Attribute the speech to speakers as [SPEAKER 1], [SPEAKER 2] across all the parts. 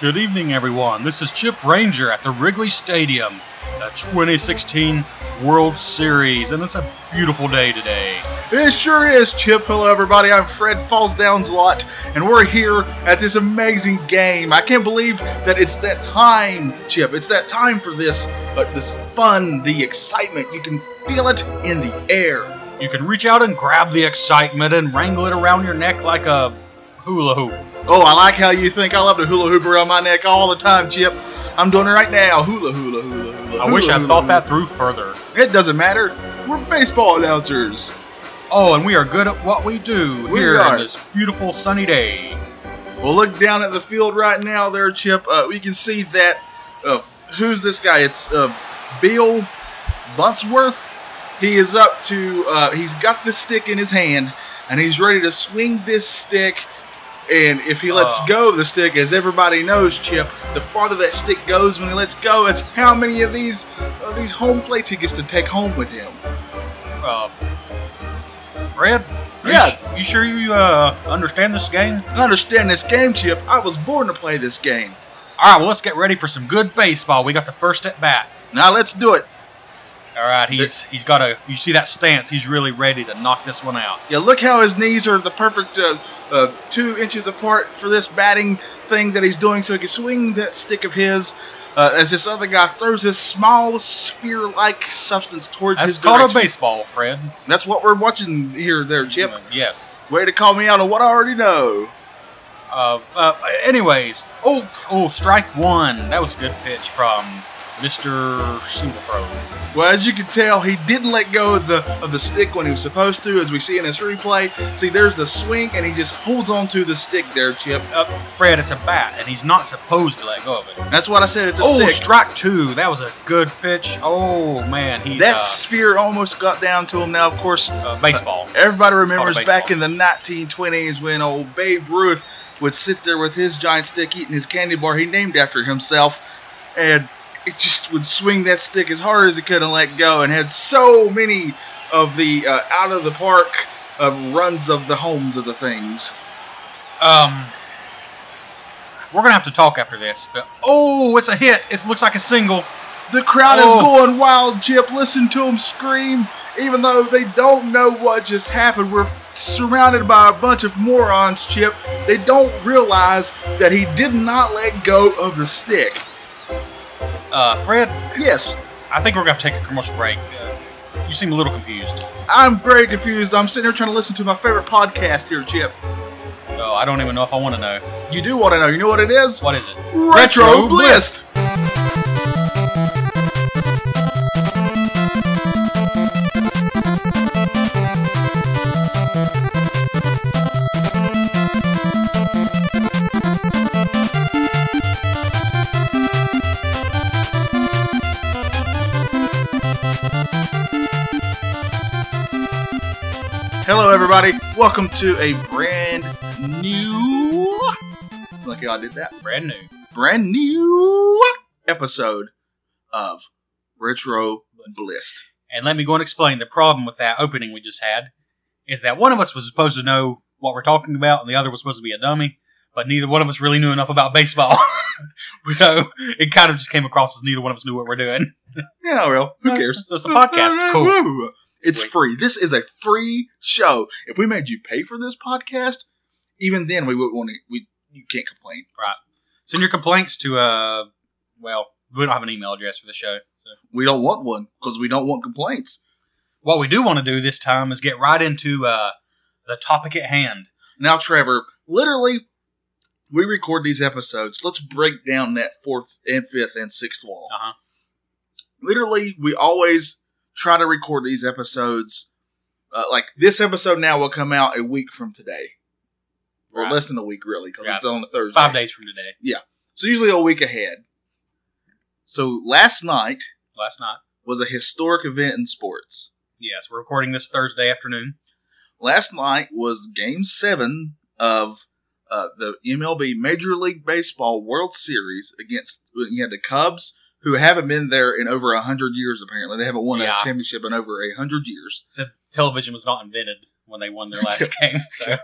[SPEAKER 1] Good evening, everyone. This is Chip Ranger at the Wrigley Stadium, the 2016 World Series, and it's a beautiful day today.
[SPEAKER 2] It sure is, Chip. Hello, everybody. I'm Fred Fallsdown's lot, and we're here at this amazing game. I can't believe that it's that time, Chip. It's that time for this, but this fun, the excitement. You can feel it in the air.
[SPEAKER 1] You can reach out and grab the excitement and wrangle it around your neck like a hula hoop.
[SPEAKER 2] Oh, I like how you think I love to hula hoop around my neck all the time, Chip. I'm doing it right now. Hula, hula, hula, hula.
[SPEAKER 1] I wish
[SPEAKER 2] hula,
[SPEAKER 1] I
[SPEAKER 2] hula,
[SPEAKER 1] thought
[SPEAKER 2] hula.
[SPEAKER 1] that through further.
[SPEAKER 2] It doesn't matter. We're baseball announcers.
[SPEAKER 1] Oh, and we are good at what we do
[SPEAKER 2] We
[SPEAKER 1] here
[SPEAKER 2] are.
[SPEAKER 1] on this beautiful sunny day.
[SPEAKER 2] Well, look down at the field right now, there, Chip. Uh, we can see that. Uh, who's this guy? It's uh, Bill Buntsworth. He is up to. Uh, he's got the stick in his hand, and he's ready to swing this stick. And if he lets
[SPEAKER 1] Oh.
[SPEAKER 2] go of the stick, as everybody knows, Chip, the farther that stick goes when he lets go, it's how many of these of these home plates he gets to take home with him.
[SPEAKER 1] Uh, Fred? Are you
[SPEAKER 2] Yeah.
[SPEAKER 1] s- You, sure you uh, understand this game?
[SPEAKER 2] I understand this game, Chip. I was born to play this game.
[SPEAKER 1] All right, well, let's get ready for some good baseball. We got the first at bat.
[SPEAKER 2] Now let's do it.
[SPEAKER 1] All right, he's he's got a. You see that stance? He's really ready to knock this one out.
[SPEAKER 2] Yeah, look how his knees are the perfect uh, uh, two inches apart for this batting thing that he's doing, so he can swing that stick of his. Uh, as this other guy throws his small sphere-like substance towards
[SPEAKER 1] That's
[SPEAKER 2] his
[SPEAKER 1] called
[SPEAKER 2] direction.
[SPEAKER 1] a baseball, Fred.
[SPEAKER 2] That's what we're watching here, there, Chip.
[SPEAKER 1] Yes.
[SPEAKER 2] Way to call me out on what I already know.
[SPEAKER 1] Uh, uh, anyways, oh, oh, strike one. That was a good pitch from Mister Singlethrow.
[SPEAKER 2] Well, as you can tell, he didn't let go of the of the stick when he was supposed to, as we see in this replay. See, there's the swing, and he just holds onto the stick there, Chip.
[SPEAKER 1] Uh, Fred, it's a bat, and he's not supposed to let go of it.
[SPEAKER 2] That's what I said. It's a
[SPEAKER 1] Oh,
[SPEAKER 2] stick.
[SPEAKER 1] strike two. That was a good pitch. Oh man, he's
[SPEAKER 2] that
[SPEAKER 1] uh,
[SPEAKER 2] sphere almost got down to him. Now, of course,
[SPEAKER 1] uh, baseball.
[SPEAKER 2] Everybody
[SPEAKER 1] It's called a
[SPEAKER 2] remembers
[SPEAKER 1] baseball.
[SPEAKER 2] back in the 1920s when old Babe Ruth would sit there with his giant stick eating his candy bar he named after himself, and it just would swing that stick as hard as it could and let go, and had so many of the uh, out of the park of runs of the homes of the things.
[SPEAKER 1] Um, we're gonna have to talk after this. But oh, it's a hit. It looks like a single.
[SPEAKER 2] The crowd is
[SPEAKER 1] Oh.
[SPEAKER 2] going wild, Jip. Listen to them scream, even though they don't know what just happened. We're surrounded by a bunch of morons, Chip. They don't realize that he did not let go of the stick.
[SPEAKER 1] Uh, Fred,
[SPEAKER 2] Yes,
[SPEAKER 1] I think we're gonna have to take a commercial break. Uh, you seem a little confused.
[SPEAKER 2] I'm very confused. I'm sitting here trying to listen to my favorite podcast here, Chip.
[SPEAKER 1] Oh, I don't even know if I want to know.
[SPEAKER 2] You do want to know. You know what it is?
[SPEAKER 1] What is it?
[SPEAKER 2] Retro Blist. Hello, everybody. Welcome to a brand new. Look how I did that
[SPEAKER 1] Brand new.
[SPEAKER 2] brand new episode of Retro Blist.
[SPEAKER 1] And let me go and explain the problem with that opening we just had is that one of us was supposed to know what we're talking about, and the other was supposed to be a dummy, but neither one of us really knew enough about baseball. so it kind of just came across as neither one of us knew what we're doing.
[SPEAKER 2] Yeah, well, who cares?
[SPEAKER 1] So it's a podcast. Cool.
[SPEAKER 2] It's
[SPEAKER 1] Sweet.
[SPEAKER 2] free. This is a free show. If we made you pay for this podcast, even then we would want to. We you can't complain.
[SPEAKER 1] Send your complaints to uh, well, we don't have an email address for the show. So
[SPEAKER 2] We don't want one because we don't want complaints.
[SPEAKER 1] what we do want to do this time is get right into uh, the topic at hand.
[SPEAKER 2] Now, Trevor, literally, we record these episodes. Let's break down that fourth and fifth and sixth wall.
[SPEAKER 1] Uh-huh.
[SPEAKER 2] Literally, we always try to record these episodes. Uh, like this episode now will come out a week from today, or
[SPEAKER 1] Right.
[SPEAKER 2] less than a week, really, because
[SPEAKER 1] Right.
[SPEAKER 2] it's on a Thursday.
[SPEAKER 1] Five days from today,
[SPEAKER 2] So usually a week ahead. So last night
[SPEAKER 1] last night.
[SPEAKER 2] was a historic event in sports.
[SPEAKER 1] Yes, we're recording this Thursday afternoon.
[SPEAKER 2] last night was game seven of uh, the MLB Major League Baseball World Series against you had the Cubs, who haven't been there in over a hundred years. Apparently, they haven't won
[SPEAKER 1] Yeah.
[SPEAKER 2] a championship in over a hundred years.
[SPEAKER 1] Said television was not invented when they won their last game. So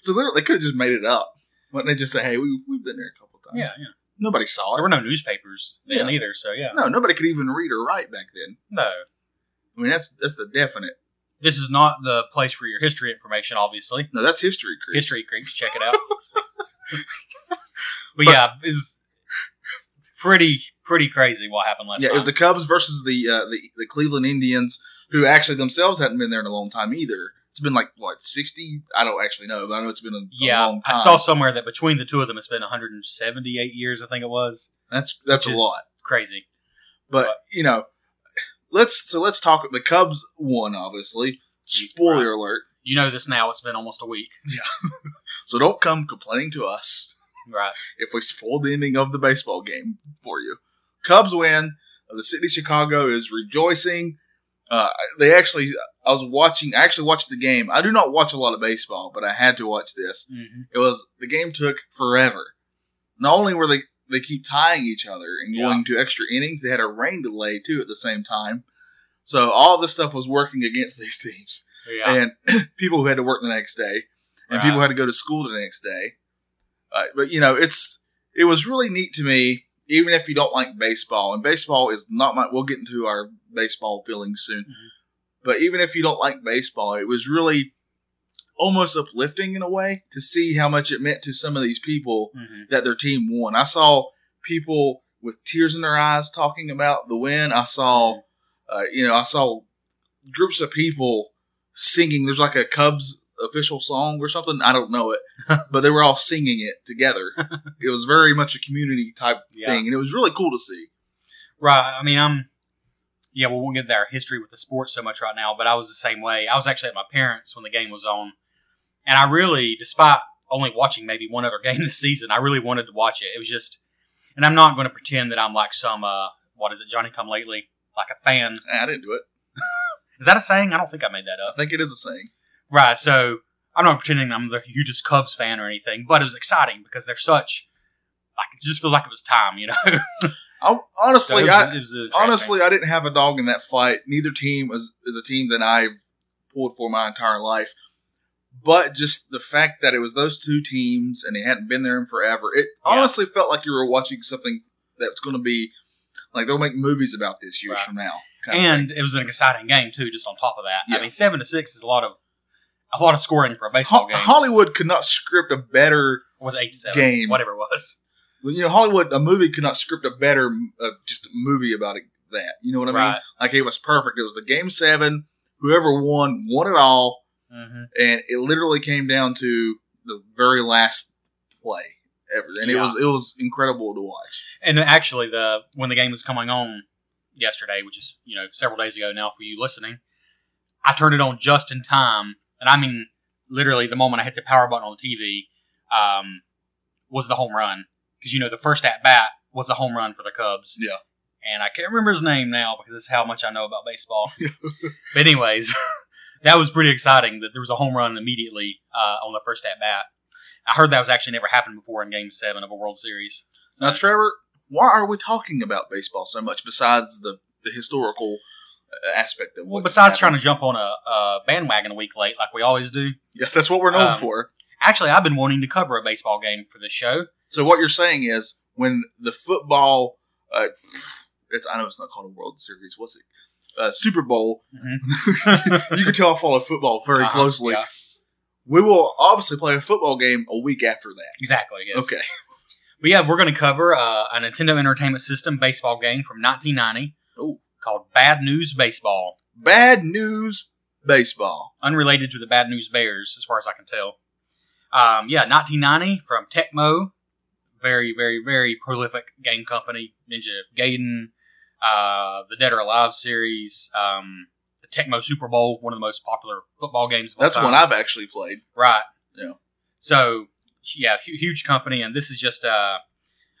[SPEAKER 2] So they're- they could have just made it up. Wouldn't they just say, hey, we, we've been there a couple times?
[SPEAKER 1] Yeah, yeah.
[SPEAKER 2] Nobody saw
[SPEAKER 1] There
[SPEAKER 2] it.
[SPEAKER 1] were no newspapers then
[SPEAKER 2] Yeah.
[SPEAKER 1] either, so yeah.
[SPEAKER 2] No, nobody could even read or write back then.
[SPEAKER 1] No.
[SPEAKER 2] I mean, that's that's the definite.
[SPEAKER 1] This is not the place for your history information, obviously.
[SPEAKER 2] No, that's history, Chris.
[SPEAKER 1] History creeps, check it out. but,
[SPEAKER 2] But-
[SPEAKER 1] yeah, it was pretty pretty crazy what happened last
[SPEAKER 2] yeah,
[SPEAKER 1] time.
[SPEAKER 2] it was the Cubs versus the, uh, the the Cleveland Indians, who actually themselves hadn't been there in a long time either. It's been like what sixty? I don't actually know, but I know it's been a, a
[SPEAKER 1] yeah,
[SPEAKER 2] long time.
[SPEAKER 1] I saw somewhere that between the two of them, it's been 178 years. I think it was
[SPEAKER 2] that's that's a
[SPEAKER 1] which is-
[SPEAKER 2] lot.
[SPEAKER 1] crazy.
[SPEAKER 2] But you know, let's so let's talk. The Cubs won, obviously. Spoiler alert.
[SPEAKER 1] You know this now. It's been almost a week,
[SPEAKER 2] So don't come complaining to us
[SPEAKER 1] right?
[SPEAKER 2] if we spoil the ending of the baseball game for you. Cubs win. The city of Chicago is rejoicing. Uh, they actually, I was watching. I actually watched the game. I do not watch a lot of baseball, but I had to watch this.
[SPEAKER 1] Mm-hmm.
[SPEAKER 2] It was the game took forever. Not only were they they keep tying each other and
[SPEAKER 1] Yeah.
[SPEAKER 2] going to extra innings, they had a rain delay too at the same time. So all this stuff was working against these teams
[SPEAKER 1] Yeah,
[SPEAKER 2] and people who had to work the next day, and
[SPEAKER 1] Right.
[SPEAKER 2] people who had to go to school the next day. Uh, but you know, it's it was really neat to me, even if you don't like baseball, and baseball is not my. We'll get into our baseball feelings soon,
[SPEAKER 1] Mhm.
[SPEAKER 2] but even if you don't like baseball, it was really almost uplifting in a way to see how much it meant to some of these people
[SPEAKER 1] hmm
[SPEAKER 2] that their team won. I saw people with tears in their eyes talking about the win. I saw, uh, you know, I saw groups of people singing. There's like a Cubs official song or something. I don't know it, but they were all singing it together. it was very much a community type
[SPEAKER 1] Yeah.
[SPEAKER 2] thing, and it was really cool to see.
[SPEAKER 1] right. I mean, I'm. Yeah, we won't get into our history with the sport so much right now, but I was the same way. I was actually at my parents when the game was on, and I really, despite only watching maybe one other game this season, I really wanted to watch it. It was just, and I'm not going to pretend that I'm like some uh, what is it, Johnny Come Lately, like a fan.
[SPEAKER 2] Eh, I didn't do it.
[SPEAKER 1] Is that a saying? I don't think I made that up.
[SPEAKER 2] I think it is a saying.
[SPEAKER 1] Right, so I'm not pretending I'm the hugest Cubs fan or anything, but it was exciting because they're such like it just feels like it was time, you know.
[SPEAKER 2] I,
[SPEAKER 1] So
[SPEAKER 2] honestly,
[SPEAKER 1] it was-
[SPEAKER 2] I,
[SPEAKER 1] it was a trash
[SPEAKER 2] honestly, I didn't have a dog in that fight. Neither team is, is a team that I've pulled for my entire life. But just the fact that it was those two teams and they hadn't been there in forever, it
[SPEAKER 1] Yeah.
[SPEAKER 2] honestly felt like you were watching something that's going to be like they'll make movies about this years
[SPEAKER 1] Right.
[SPEAKER 2] from now.
[SPEAKER 1] game.
[SPEAKER 2] kind of thing.
[SPEAKER 1] and it was an exciting game too. Just on top of that, I
[SPEAKER 2] Yeah.
[SPEAKER 1] mean, seven to six is a lot of a lot of scoring for a baseball
[SPEAKER 2] Ho-
[SPEAKER 1] game.
[SPEAKER 2] Hollywood could not script a better,
[SPEAKER 1] Or was it eight to seven,
[SPEAKER 2] game.
[SPEAKER 1] whatever it was.
[SPEAKER 2] you know, Hollywood a movie could not script a better uh, just a movie about it, that. You know what I mean?
[SPEAKER 1] right.
[SPEAKER 2] Like it was perfect. It was the game seven. Whoever won won it all.
[SPEAKER 1] hmm
[SPEAKER 2] and it literally came down to the very last play ever, and it
[SPEAKER 1] Yeah.
[SPEAKER 2] was it was incredible to watch.
[SPEAKER 1] And actually, the when the game was coming on yesterday, which is you know several days ago now for you listening, I turned it on just in time, and I mean literally the moment I hit the power button on the TV um, was the home run because you know the first at bat was a home run for the Cubs.
[SPEAKER 2] Yeah.
[SPEAKER 1] and I can't remember his name now because that's how much I know about baseball. but anyways, that was pretty exciting that there was a home run immediately uh, on the first at bat. I heard that was actually never happened before in Game Seven of a World Series. So-
[SPEAKER 2] Now, Trevor, why are we talking about baseball so much besides the the historical uh, aspect of?
[SPEAKER 1] Well,
[SPEAKER 2] what's
[SPEAKER 1] besides trying to
[SPEAKER 2] happened?
[SPEAKER 1] jump on a, a bandwagon a week late, like we always do,
[SPEAKER 2] yeah, that's what we're known
[SPEAKER 1] Um,
[SPEAKER 2] for.
[SPEAKER 1] actually, I've been wanting to cover a baseball game for this show.
[SPEAKER 2] So what you're saying is when the football, uh, it's I know it's not called a World Series. What's it? Uh, Super Bowl. You can tell I follow football very
[SPEAKER 1] Uh-huh,
[SPEAKER 2] closely.
[SPEAKER 1] yeah.
[SPEAKER 2] We will obviously play a football game a week after that.
[SPEAKER 1] exactly. Yes.
[SPEAKER 2] Okay.
[SPEAKER 1] But yeah, we're going to cover uh, a Nintendo Entertainment System baseball game from 1990
[SPEAKER 2] Ooh.
[SPEAKER 1] called Bad News Baseball,
[SPEAKER 2] Bad news baseball.
[SPEAKER 1] unrelated to the Bad News Bears, as far as I can tell. Um, yeah, 1990 from Tecmo, very, very, very prolific game company. Ninja Gaiden, uh, the Dead or Alive series, um, the Tecmo Super Bowl, one of the most popular football games. Of all
[SPEAKER 2] That's
[SPEAKER 1] time.
[SPEAKER 2] one I've actually played.
[SPEAKER 1] Right.
[SPEAKER 2] Yeah.
[SPEAKER 1] So, yeah, hu- huge company, and this is just, uh,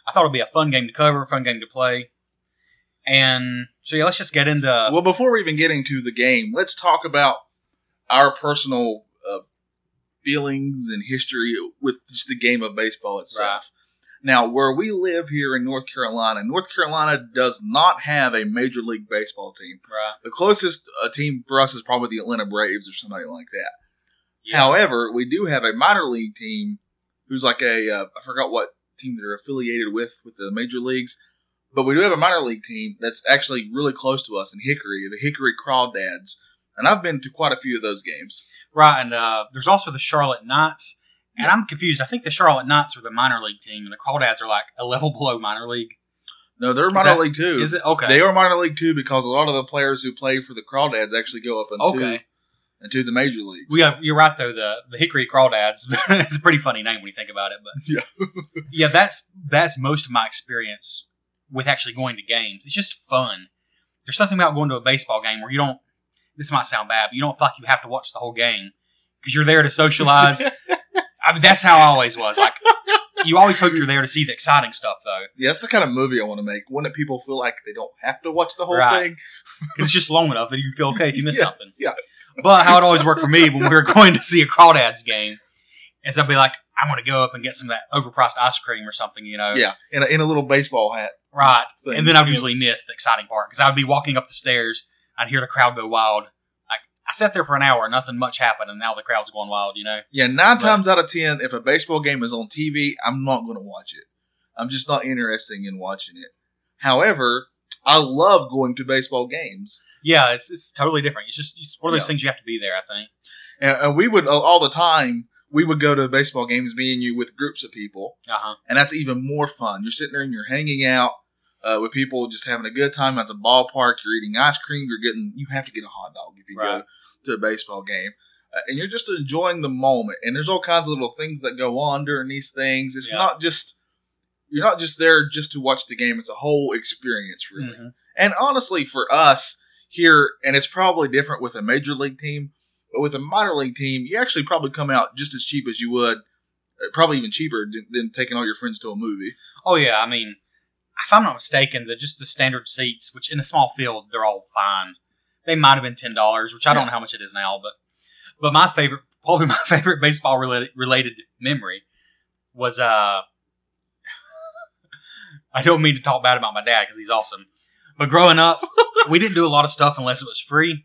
[SPEAKER 1] I thought it'd be a fun game to cover, fun game to play. And so, yeah, let's just get into.
[SPEAKER 2] well, before we even get into the game, let's talk about our personal uh, feelings and history with just the game of baseball itself. Now, where we live here in North Carolina, North Carolina does not have a Major League Baseball team.
[SPEAKER 1] right.
[SPEAKER 2] The closest uh, team for us is probably the Atlanta Braves or somebody like that.
[SPEAKER 1] Yeah.
[SPEAKER 2] However, we do have a minor league team who's like a uh, I forgot what team they're affiliated with with the major leagues, but we do have a minor league team that's actually really close to us in Hickory, the Hickory Crawdads, and I've been to quite a few of those games.
[SPEAKER 1] Right, and uh, there's also the Charlotte Knights, and I'm confused. I think the Charlotte Knights are the minor league team, and the Crawdads are like a level below minor league.
[SPEAKER 2] No, they're minor
[SPEAKER 1] that-
[SPEAKER 2] league two.
[SPEAKER 1] Is it okay?
[SPEAKER 2] They are minor league two because a lot of the players who play for the Crawdads actually go up into
[SPEAKER 1] okay,
[SPEAKER 2] into the major leagues.
[SPEAKER 1] we have, you're right though. The the Hickory Crawdads. it's a pretty funny name when you think about it, but yeah, yeah. That's that's most of my experience with actually going to games. It's just fun. There's something about going to a baseball game where you don't. This might sound bad, but you don't feel like you have to watch the whole game because you're there to socialize. I mean, that's how I always was. Like, you always hope you're there to see the exciting stuff, though.
[SPEAKER 2] yeah, that's the kind of movie I want to make. One that people feel like they don't have to watch the whole
[SPEAKER 1] Right.
[SPEAKER 2] thing.
[SPEAKER 1] 'Cause it's just long enough that you feel okay if you miss
[SPEAKER 2] Yeah,
[SPEAKER 1] something.
[SPEAKER 2] yeah.
[SPEAKER 1] But how it always worked for me when we were going to see a Crawdads game is I'd be like, I'm going to go up and get some of that overpriced ice cream or something, you know?
[SPEAKER 2] Yeah, in a, in a little baseball hat.
[SPEAKER 1] Right.
[SPEAKER 2] Thing.
[SPEAKER 1] And then I'd usually miss the exciting part because I'd be walking up the stairs. I'd hear the crowd go wild. Like, I sat there for an hour, nothing much happened, and now the crowd's going wild, you know?
[SPEAKER 2] Yeah, nine times out of ten, if a baseball game is on TV, I'm not going to watch it. I'm just not interested in watching it. However, I love going to baseball games,
[SPEAKER 1] Yeah, it's, it's totally different. It's just it's one of those
[SPEAKER 2] Yeah.
[SPEAKER 1] things you have to be there, I think.
[SPEAKER 2] and, and we would all the time. We would go to baseball games, me and you, with groups of people,
[SPEAKER 1] Uh huh.
[SPEAKER 2] and that's even more fun. You're sitting there and you're hanging out uh, with people, just having a good time at the ballpark. You're eating ice cream. You're getting you have to get a hot dog if you
[SPEAKER 1] Right.
[SPEAKER 2] go to a baseball game, uh, and you're just enjoying the moment. And there's all kinds of little things that go on during these things. It's
[SPEAKER 1] Yeah.
[SPEAKER 2] not just you're not just there just to watch the game. It's a whole experience, really.
[SPEAKER 1] Mhm.
[SPEAKER 2] And honestly, for us here, and it's probably different with a major league team, but with a minor league team, you actually probably come out just as cheap as you would, uh, probably even cheaper than, than taking all your friends to a movie.
[SPEAKER 1] Oh yeah, I mean, if I'm not mistaken, the just the standard seats, which in a small field they're all fine. They might have been ten dollars, which I don't know how much it is now, but but my favorite, probably my favorite baseball related related memory was uh, I don't mean to talk bad about my dad because he's awesome, but growing up we didn't do a lot of stuff unless it was free,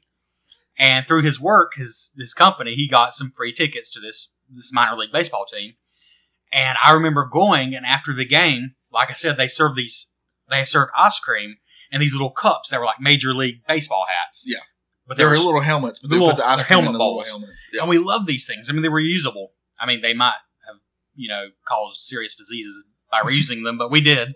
[SPEAKER 1] and through his work, his this company, he got some free tickets to this this minor league baseball team. And I remember going, and after the game, like I said, they served these, they served ice cream and these little cups that were like major league baseball hats.
[SPEAKER 2] Yeah.
[SPEAKER 1] but they
[SPEAKER 2] There
[SPEAKER 1] were
[SPEAKER 2] are
[SPEAKER 1] little,
[SPEAKER 2] little helmets, but
[SPEAKER 1] the
[SPEAKER 2] they
[SPEAKER 1] little-
[SPEAKER 2] put the ice
[SPEAKER 1] they're
[SPEAKER 2] cream in
[SPEAKER 1] helmet
[SPEAKER 2] the little
[SPEAKER 1] balls.
[SPEAKER 2] helmets. Yeah.
[SPEAKER 1] and we love these things. I mean, they were usable. I mean, they might have, you know, caused serious diseases by reusing them, but we did.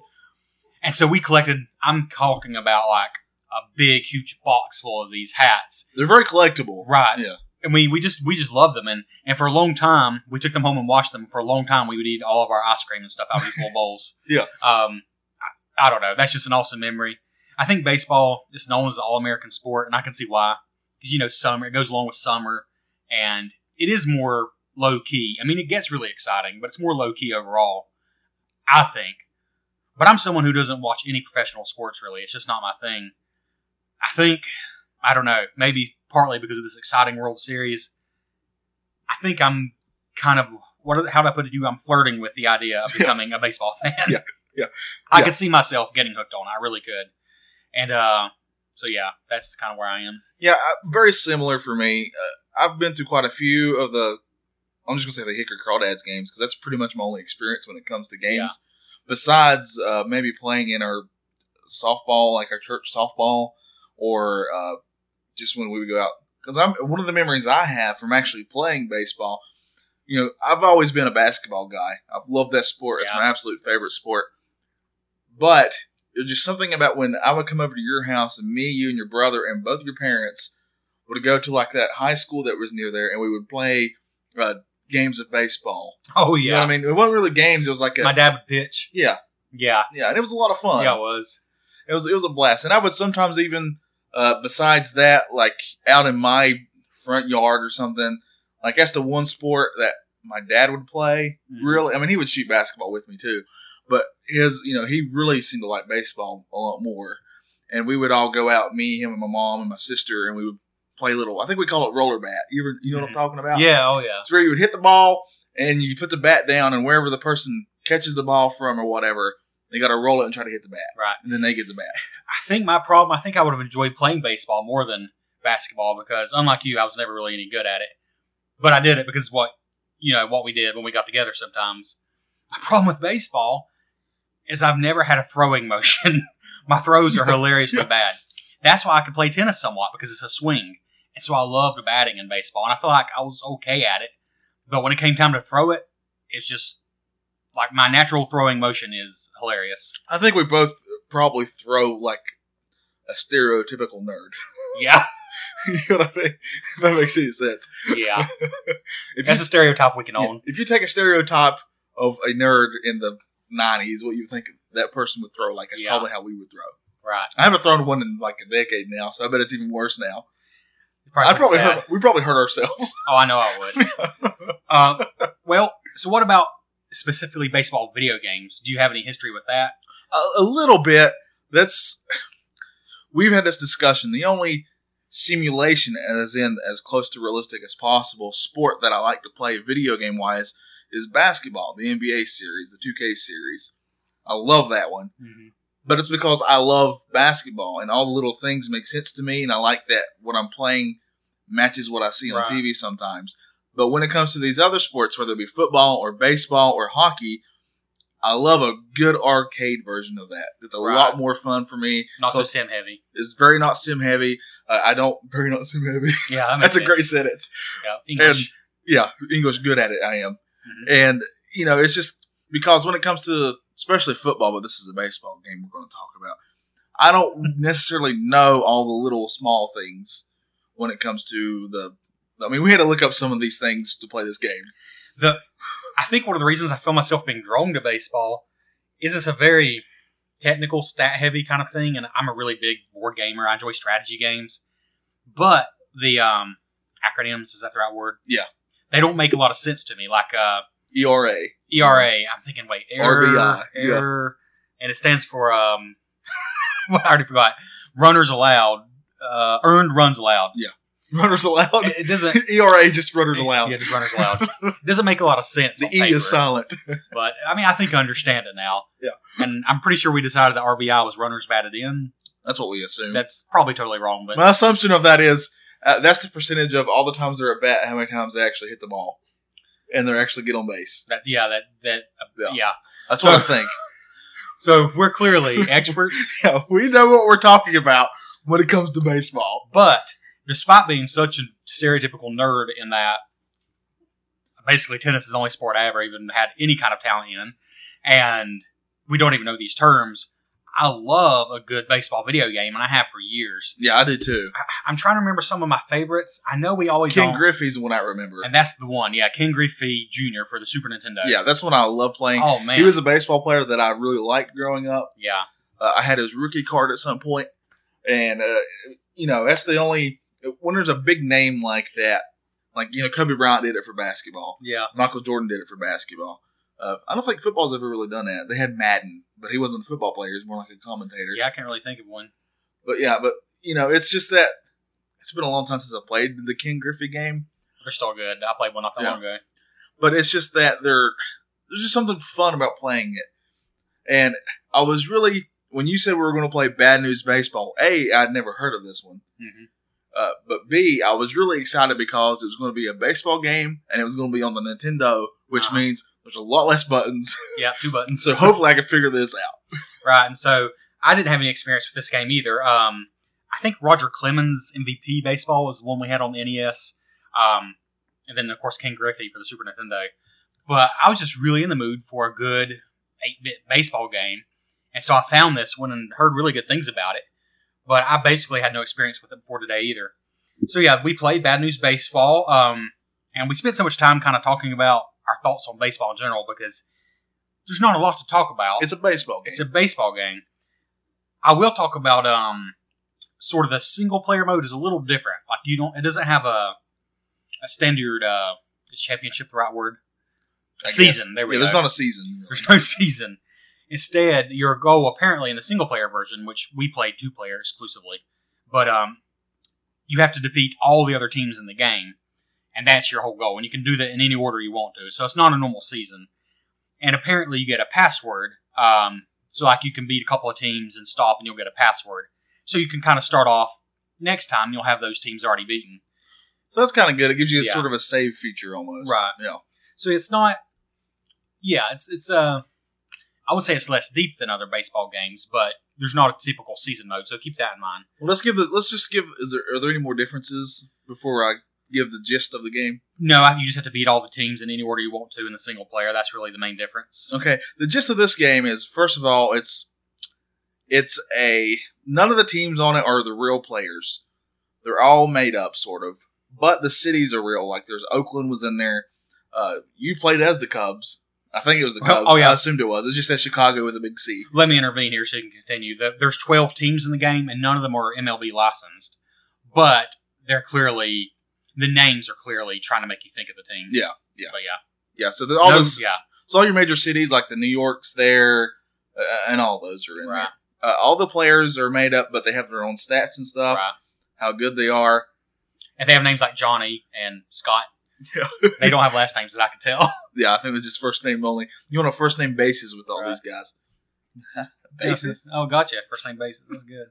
[SPEAKER 1] And so we collected. I'm talking about like a big, huge box full of these hats,
[SPEAKER 2] They're very collectible.
[SPEAKER 1] Right.
[SPEAKER 2] Yeah.
[SPEAKER 1] And we, we just we just loved them and, and for a long time we took them home and washed them. For a long time we would eat all of our ice cream and stuff out of these little bowls.
[SPEAKER 2] Yeah.
[SPEAKER 1] Um I, I don't know. That's just an awesome memory. I think baseball is known as the all American sport and I can see why. Because you know summer it goes along with summer and it is more low key. I mean it gets really exciting, but it's more low key overall, I think. But I'm someone who doesn't watch any professional sports really. It's just not my thing. I think I don't know, maybe partly because of this exciting World Series. I think I'm kind of what how do I put it? You, I'm flirting with the idea of
[SPEAKER 2] Yeah.
[SPEAKER 1] becoming a baseball fan.
[SPEAKER 2] Yeah, yeah,
[SPEAKER 1] I
[SPEAKER 2] yeah.
[SPEAKER 1] could see myself getting hooked on. it. I really could. And uh, so yeah, that's kind of where I am.
[SPEAKER 2] Yeah, I- very similar for me. Uh, I've been to quite a few of the, I'm just going to say the Hickory Crawdads games because that's pretty much my only experience when it comes to games.
[SPEAKER 1] Yeah.
[SPEAKER 2] Besides uh, maybe playing in our softball, like our church softball, or uh, just when we would go out. Because I'm one of the memories I have from actually playing baseball. You know, I've always been a basketball guy. I've loved that sport. It's
[SPEAKER 1] Yeah.
[SPEAKER 2] my absolute favorite sport. But there's just something about when I would come over to your house and me, you, and your brother and both your parents would go to like that high school that was near there, and we would play uh, games of baseball.
[SPEAKER 1] Oh
[SPEAKER 2] You know
[SPEAKER 1] yeah,
[SPEAKER 2] what I mean? It wasn't really games. It was like a
[SPEAKER 1] my dad would pitch.
[SPEAKER 2] yeah,
[SPEAKER 1] Yeah,
[SPEAKER 2] yeah, and it was a lot of fun.
[SPEAKER 1] yeah, it was.
[SPEAKER 2] It was it was a blast, and I would sometimes even uh, besides that, like out in my front yard or something. Like that's the one sport that my dad would play.
[SPEAKER 1] Mhm.
[SPEAKER 2] Really, I mean, he would shoot basketball with me too, but his you know he really seemed to like baseball a lot more. And we would all go out, me, him, and my mom and my sister, and we would play little. I think we call it roller bat. You ever, you know what I'm
[SPEAKER 1] Mhm.
[SPEAKER 2] talking about?
[SPEAKER 1] Yeah, oh yeah.
[SPEAKER 2] It's where you would hit the ball and you put the bat down, and wherever the person catches the ball from or whatever, they got to roll it and try to hit the bat.
[SPEAKER 1] Right.
[SPEAKER 2] And then they get the bat.
[SPEAKER 1] I think my problem, I think I would have enjoyed playing baseball more than basketball because, unlike you, I was never really any good at it. But I did it because what you know, what we did when we got together sometimes. My problem with baseball is I've never had a throwing motion. My throws are hilariously bad. That's why I could play tennis somewhat because it's a swing. And so I loved batting in baseball. And I feel like I was okay at it. But when it came time to throw it, it's just like my natural throwing motion is hilarious.
[SPEAKER 2] I think we both probably throw like a stereotypical nerd.
[SPEAKER 1] Yeah.
[SPEAKER 2] you know what I mean? If that makes any sense.
[SPEAKER 1] Yeah.
[SPEAKER 2] If you,
[SPEAKER 1] That's a stereotype we can own.
[SPEAKER 2] if you take a stereotype of a nerd in the '90s, what you think that person would throw? Like, is
[SPEAKER 1] Yeah.
[SPEAKER 2] probably how we would throw.
[SPEAKER 1] Right.
[SPEAKER 2] I haven't thrown one in like a decade now, so I bet it's even worse now.
[SPEAKER 1] Probably
[SPEAKER 2] I probably
[SPEAKER 1] sad.
[SPEAKER 2] hurt, we probably hurt ourselves.
[SPEAKER 1] Oh, I know I would. uh, well, so what about specifically baseball video games? Do you have any history with that?
[SPEAKER 2] a, a little bit. That's we've had this discussion. The only simulation, as in as close to realistic as possible, sport that I like to play video game wise is basketball. The NBA series, the 2K series. I love that one,
[SPEAKER 1] Mm-hmm.
[SPEAKER 2] but it's because I love basketball and all the little things make sense to me, and I like that what I'm playing matches what I see on
[SPEAKER 1] Right.
[SPEAKER 2] TV sometimes. But when it comes to these other sports, whether it be football or baseball or hockey, I love a good arcade version of that. It's a
[SPEAKER 1] Right.
[SPEAKER 2] lot more fun for me.
[SPEAKER 1] Not so
[SPEAKER 2] Close.
[SPEAKER 1] sim heavy.
[SPEAKER 2] It's very not sim heavy. Uh, I don't very not sim heavy.
[SPEAKER 1] Yeah, that makes
[SPEAKER 2] That's a
[SPEAKER 1] sense.
[SPEAKER 2] great sentence.
[SPEAKER 1] yeah, English. Mm-hmm.
[SPEAKER 2] Yeah, English good at it. I am, and you know it's just because when it comes to especially football, but this is a baseball game we're going to talk about. I don't necessarily know all the little small things when it comes to the. I mean, we had to look up some of these things to play this game.
[SPEAKER 1] The I think one of the reasons I feel myself being drawn to baseball is it's a very technical, stat heavy kind of thing, and I'm a really big board gamer. I enjoy strategy games, but the um, acronyms is that the right word?
[SPEAKER 2] Yeah.
[SPEAKER 1] they don't make a lot of sense to me. Like uh,
[SPEAKER 2] ERA,
[SPEAKER 1] ERA. E I'm thinking, wait, error,
[SPEAKER 2] RBI, yeah.
[SPEAKER 1] error, and it stands for um. I already forgot. Runners allowed, uh, earned runs allowed.
[SPEAKER 2] runners allowed.
[SPEAKER 1] It, it doesn't.
[SPEAKER 2] ERA just runners allowed.
[SPEAKER 1] Yeah, just runners allowed. It doesn't make a lot of sense.
[SPEAKER 2] The
[SPEAKER 1] on
[SPEAKER 2] E
[SPEAKER 1] paper,
[SPEAKER 2] is silent.
[SPEAKER 1] but I mean, I think I understand it now.
[SPEAKER 2] Yeah.
[SPEAKER 1] and I'm pretty sure we decided that RBI was runners batted in.
[SPEAKER 2] That's what we assume.
[SPEAKER 1] That's probably totally wrong, but
[SPEAKER 2] My assumption of that is uh, that's the percentage of all the times they're at bat, how many times they actually hit the ball, and they actually get on base.
[SPEAKER 1] that, yeah, that that uh,
[SPEAKER 2] Yeah.
[SPEAKER 1] yeah.
[SPEAKER 2] That's
[SPEAKER 1] So-
[SPEAKER 2] what I think.
[SPEAKER 1] So we're clearly experts.
[SPEAKER 2] yeah, we know what we're talking about when it comes to baseball.
[SPEAKER 1] But despite being such a stereotypical nerd in that basically tennis is the only sport I ever even had any kind of talent in, and we don't even know these terms, I love a good baseball video game, and I have for years.
[SPEAKER 2] Yeah, I do too.
[SPEAKER 1] I, I'm trying to remember some of my favorites. I know we always
[SPEAKER 2] Ken
[SPEAKER 1] don't-
[SPEAKER 2] Griffey's the one I remember.
[SPEAKER 1] Oh, and that's the one, yeah, Ken Griffey Jr. for the Super Nintendo.
[SPEAKER 2] Yeah, that's one I love playing.
[SPEAKER 1] Oh man,
[SPEAKER 2] He was a baseball player that I really liked growing up.
[SPEAKER 1] yeah,
[SPEAKER 2] Uh, I had his rookie card at some point, and uh, you know that's the only when there's a big name like that, like you know Kobe Bryant did it for basketball.
[SPEAKER 1] yeah.
[SPEAKER 2] Michael Jordan did it for basketball. Uh, I don't think football's ever really done that. They had Madden, but he wasn't a football player. He was more like a commentator.
[SPEAKER 1] Yeah, I can't really think of one.
[SPEAKER 2] But yeah, but you know, it's just that it's been a long time since I played the Ken Griffey game.
[SPEAKER 1] They're still good. I played one not that
[SPEAKER 2] Yeah.
[SPEAKER 1] long ago.
[SPEAKER 2] But it's just that there, there's just something fun about playing it. And I was really when you said we were going to play Bad News Baseball. A, I'd never heard of this one.
[SPEAKER 1] hmm
[SPEAKER 2] Uh, but B, I was really excited because it was going to be a baseball game and it was going to be on the Nintendo, which
[SPEAKER 1] Uh-huh.
[SPEAKER 2] means there's a lot less buttons.
[SPEAKER 1] Yeah, two buttons.
[SPEAKER 2] so hopefully I can figure this out.
[SPEAKER 1] right? And so I didn't have any experience with this game either. Um, I think Roger Clemens MVP baseball was the one we had on the NES, um, and then of course Ken Griffey for the Super Nintendo. But I was just really in the mood for a good eight-bit baseball game, and so I found this one and heard really good things about it. But I basically had no experience with it before today either. So yeah, we played Bad News Baseball, um, and we spent so much time kind of talking about our thoughts on baseball in general because there's not a lot to talk about.
[SPEAKER 2] It's a baseball game.
[SPEAKER 1] It's a baseball game. I will talk about um sort of the single player mode is a little different. Like you don't it doesn't have a a standard uh is championship the right word?
[SPEAKER 2] I guess.
[SPEAKER 1] season. There we
[SPEAKER 2] yeah,
[SPEAKER 1] go.
[SPEAKER 2] there's not a season. really.
[SPEAKER 1] There's no season. Instead, your goal apparently in the single player version, which we played two player exclusively, but um, you have to defeat all the other teams in the game, and that's your whole goal. And you can do that in any order you want to. So it's not a normal season. And apparently, you get a password. Um, so like you can beat a couple of teams and stop, and you'll get a password. So you can kind of start off next time. You'll have those teams already beaten.
[SPEAKER 2] So that's kind of good. It gives you a
[SPEAKER 1] Yeah.
[SPEAKER 2] sort of a save feature almost.
[SPEAKER 1] Right.
[SPEAKER 2] Yeah.
[SPEAKER 1] So it's not. Yeah, it's it's uh, I would say it's less deep than other baseball games, but there's not a typical season mode, so keep that in mind.
[SPEAKER 2] Well, let's give the let's just give. Is there are there any more differences before I give the gist of the game?
[SPEAKER 1] No, I- you just have to beat all the teams in any order you want to in the single player. That's really the main difference.
[SPEAKER 2] Okay, the gist of this game is first of all, it's it's a none of the teams on it are the real players. They're all made up, sort of, but the cities are real. Like there's Oakland was in there. Uh, you played as the Cubs. I think it was the
[SPEAKER 1] Well,
[SPEAKER 2] Cubs.
[SPEAKER 1] oh, yeah.
[SPEAKER 2] I assumed it was. It just says Chicago with a big C.
[SPEAKER 1] Let me intervene here so you can continue. The- There's 12 teams in the game, and none of them are MLB licensed, but they're clearly the names are clearly trying to make you think of the team.
[SPEAKER 2] Yeah, yeah.
[SPEAKER 1] but yeah,
[SPEAKER 2] Yeah, so the, all
[SPEAKER 1] No-
[SPEAKER 2] those,
[SPEAKER 1] yeah,
[SPEAKER 2] so all your major cities like the New York's there, uh, and all those are in
[SPEAKER 1] right,
[SPEAKER 2] there. Uh, all the players are made up, but they have their own stats and stuff.
[SPEAKER 1] right.
[SPEAKER 2] How good they are.
[SPEAKER 1] And they have names like Johnny and Scott. they don't have last names that I can tell.
[SPEAKER 2] Yeah, I think it was just first name only. You want a first name basis with all
[SPEAKER 1] Right.
[SPEAKER 2] these guys. basis.
[SPEAKER 1] Oh, gotcha. First name basis. That's good.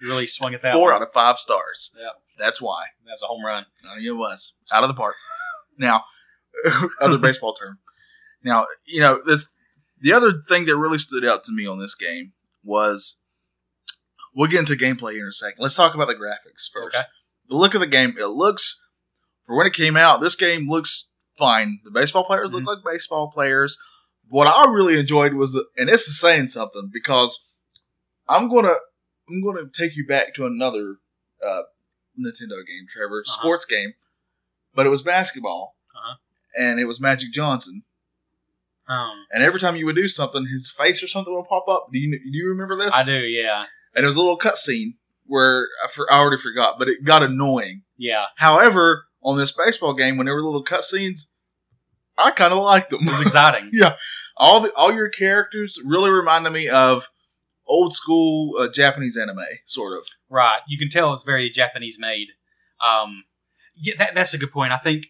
[SPEAKER 1] You really swung at that.
[SPEAKER 2] Four
[SPEAKER 1] one.
[SPEAKER 2] out of five stars.
[SPEAKER 1] Yeah.
[SPEAKER 2] That's why.
[SPEAKER 1] That was a home run.
[SPEAKER 2] I mean, it was out of the park. now, other baseball term. Now, you know this. The other thing that really stood out to me on this game was we'll get into gameplay here in a second. Let's talk about the graphics first.
[SPEAKER 1] Okay.
[SPEAKER 2] The look of the game. It looks for when it came out. This game looks fine. The baseball players look
[SPEAKER 1] Mm-hmm.
[SPEAKER 2] like baseball players. What I really enjoyed was, the, and this is saying something because I'm gonna I'm gonna take you back to another uh, Nintendo game, Trevor,
[SPEAKER 1] Uh-huh.
[SPEAKER 2] sports game, but it was basketball,
[SPEAKER 1] Uh-huh.
[SPEAKER 2] and it was Magic Johnson.
[SPEAKER 1] Um,
[SPEAKER 2] And every time you would do something, his face or something would pop up. Do you do you remember this?
[SPEAKER 1] I do. Yeah.
[SPEAKER 2] And it was a little cutscene where I, for, I already forgot, but it got annoying.
[SPEAKER 1] Yeah.
[SPEAKER 2] However, on this baseball game, when there were little cutscenes, I kind of liked them.
[SPEAKER 1] It was exciting.
[SPEAKER 2] all the all your characters really reminded me of old school uh, Japanese anime, sort of.
[SPEAKER 1] Right. You can tell it's very Japanese made. Um, yeah, that, that's a good point. I think,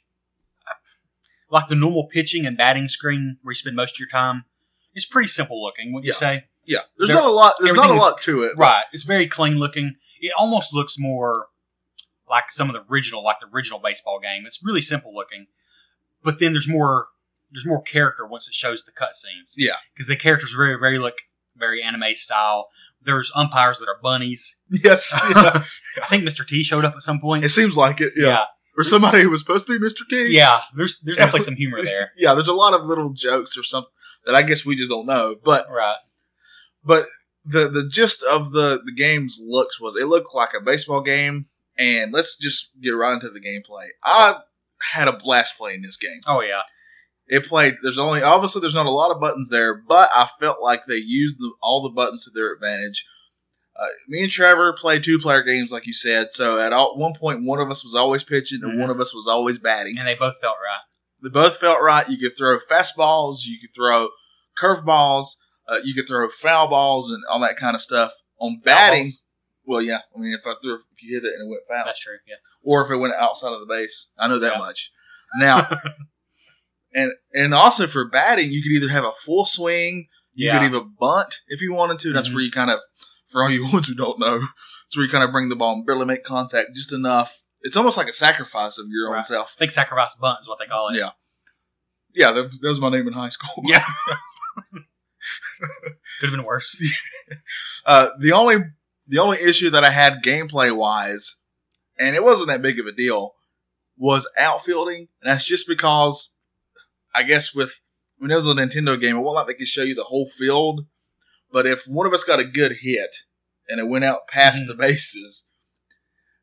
[SPEAKER 1] like the normal pitching and batting screen where you spend most of your time, it's pretty simple looking. What you
[SPEAKER 2] Yeah.
[SPEAKER 1] say?
[SPEAKER 2] Yeah, there's
[SPEAKER 1] There-
[SPEAKER 2] not a lot. There's not a
[SPEAKER 1] everything is-
[SPEAKER 2] lot to it.
[SPEAKER 1] Right. It's very clean looking. It almost looks more like some of the original, like the original baseball game. It's really simple looking, but then there's more. There's more character once it shows the cutscenes.
[SPEAKER 2] Yeah.
[SPEAKER 1] because the characters are very, very look very anime style. There's umpires that are bunnies.
[SPEAKER 2] Yes. yeah.
[SPEAKER 1] I think Mr. T showed up at some point.
[SPEAKER 2] It seems like it, yeah. Or somebody who was supposed to be Mr.
[SPEAKER 1] yeah,
[SPEAKER 2] T.
[SPEAKER 1] yeah. There's there's definitely some humor there,
[SPEAKER 2] Yeah, there's a lot of little jokes or something that I guess we just don't know. But
[SPEAKER 1] right?
[SPEAKER 2] but the the gist of the the game's looks was it looked like a baseball game, and let's just get right into the gameplay. I had a blast playing this game.
[SPEAKER 1] Oh yeah,
[SPEAKER 2] It played. There's only obviously there's not a lot of buttons there, but I felt like they used the, all the buttons to their advantage. Uh, me and Trevor played two player games, like you said. So at all, one point, one of us was always pitching and
[SPEAKER 1] Mhm.
[SPEAKER 2] one of us was always batting.
[SPEAKER 1] and they both felt right.
[SPEAKER 2] They both felt right. You could throw fastballs, you could throw curveballs, uh, you could throw foul balls, and all that kind of stuff. On batting,
[SPEAKER 1] Balls.
[SPEAKER 2] well, yeah. I mean, if I threw, if you hit it and it went foul,
[SPEAKER 1] That's true. Yeah,
[SPEAKER 2] or if it went outside of the base, I know that
[SPEAKER 1] Yeah.
[SPEAKER 2] much. Now, and and also for batting, you could either have a full swing, you
[SPEAKER 1] yeah.
[SPEAKER 2] could even bunt if you wanted to. That's
[SPEAKER 1] Mhm.
[SPEAKER 2] where you kind of, for all you ones who don't know, it's where you kind of bring the ball and barely make contact just enough. It's almost like a sacrifice of your own
[SPEAKER 1] Right.
[SPEAKER 2] self.
[SPEAKER 1] I think sacrifice bunt is what they call it.
[SPEAKER 2] Yeah. Yeah, that, that was my name in high school.
[SPEAKER 1] Yeah. Could have been worse.
[SPEAKER 2] Uh, the only the only issue that I had gameplay wise, and it wasn't that big of a deal, was outfielding, and that's just because I guess with when it was a Nintendo game, it wasn't like they could show you the whole field, but if one of us got a good hit and it went out past
[SPEAKER 1] Mhm.
[SPEAKER 2] the bases.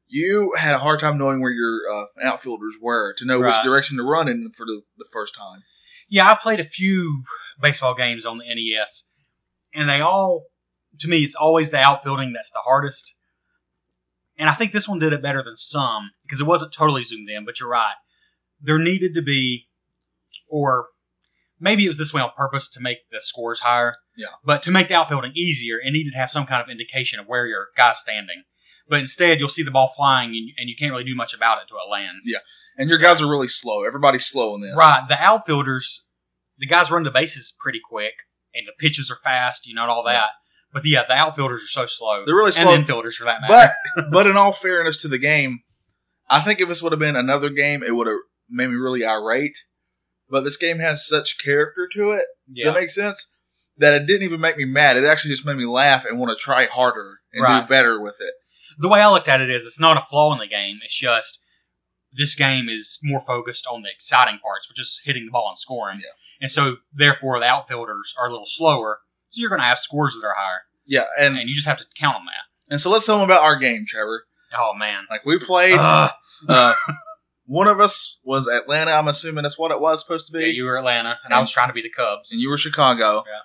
[SPEAKER 2] You had a hard time knowing where your uh, outfielders were to know
[SPEAKER 1] Right.
[SPEAKER 2] which direction to run in for the, the first time.
[SPEAKER 1] Yeah, I played a few baseball games on the NES, and they all, to me, it's always the outfielding that's the hardest. And I think this one did it better than some because it wasn't totally zoomed in, but you're right. There needed to be, or maybe it was this way on purpose to make the scores higher.
[SPEAKER 2] Yeah.
[SPEAKER 1] But to make the outfielding easier, it needed to have some kind of indication of where your guy's standing. But instead, you'll see the ball flying and, and you can't really do much about it until it lands.
[SPEAKER 2] Yeah. And your guys are really slow. Everybody's slow in this.
[SPEAKER 1] Right. The outfielders, the guys run the bases pretty quick, and the pitches are fast, you know, and all that.
[SPEAKER 2] Yeah.
[SPEAKER 1] But yeah, the outfielders are so slow.
[SPEAKER 2] They're really
[SPEAKER 1] and
[SPEAKER 2] slow.
[SPEAKER 1] the infielders, for that matter.
[SPEAKER 2] But but in all fairness to the game, I think if this would have been another game, it would have made me really irate. but this game has such character to it. Does
[SPEAKER 1] Yeah.
[SPEAKER 2] that make sense? That it didn't even make me mad. It actually just made me laugh and want to try harder and do
[SPEAKER 1] Right.
[SPEAKER 2] better with it.
[SPEAKER 1] the way I looked at it is it's not a flaw in the game. It's just this game is more focused on the exciting parts, which is hitting the ball and scoring.
[SPEAKER 2] Yeah.
[SPEAKER 1] And so, therefore, the outfielders are a little slower. So you're going to have scores that are higher.
[SPEAKER 2] Yeah, and
[SPEAKER 1] And you just have to count on that.
[SPEAKER 2] and so let's tell them about our game, Trevor.
[SPEAKER 1] Oh, man.
[SPEAKER 2] Like we played.
[SPEAKER 1] Ugh.
[SPEAKER 2] uh, one of us was Atlanta. I'm assuming that's what it was supposed to be.
[SPEAKER 1] Yeah, you were Atlanta, and I was trying to be the Cubs.
[SPEAKER 2] and you were Chicago.
[SPEAKER 1] Yeah.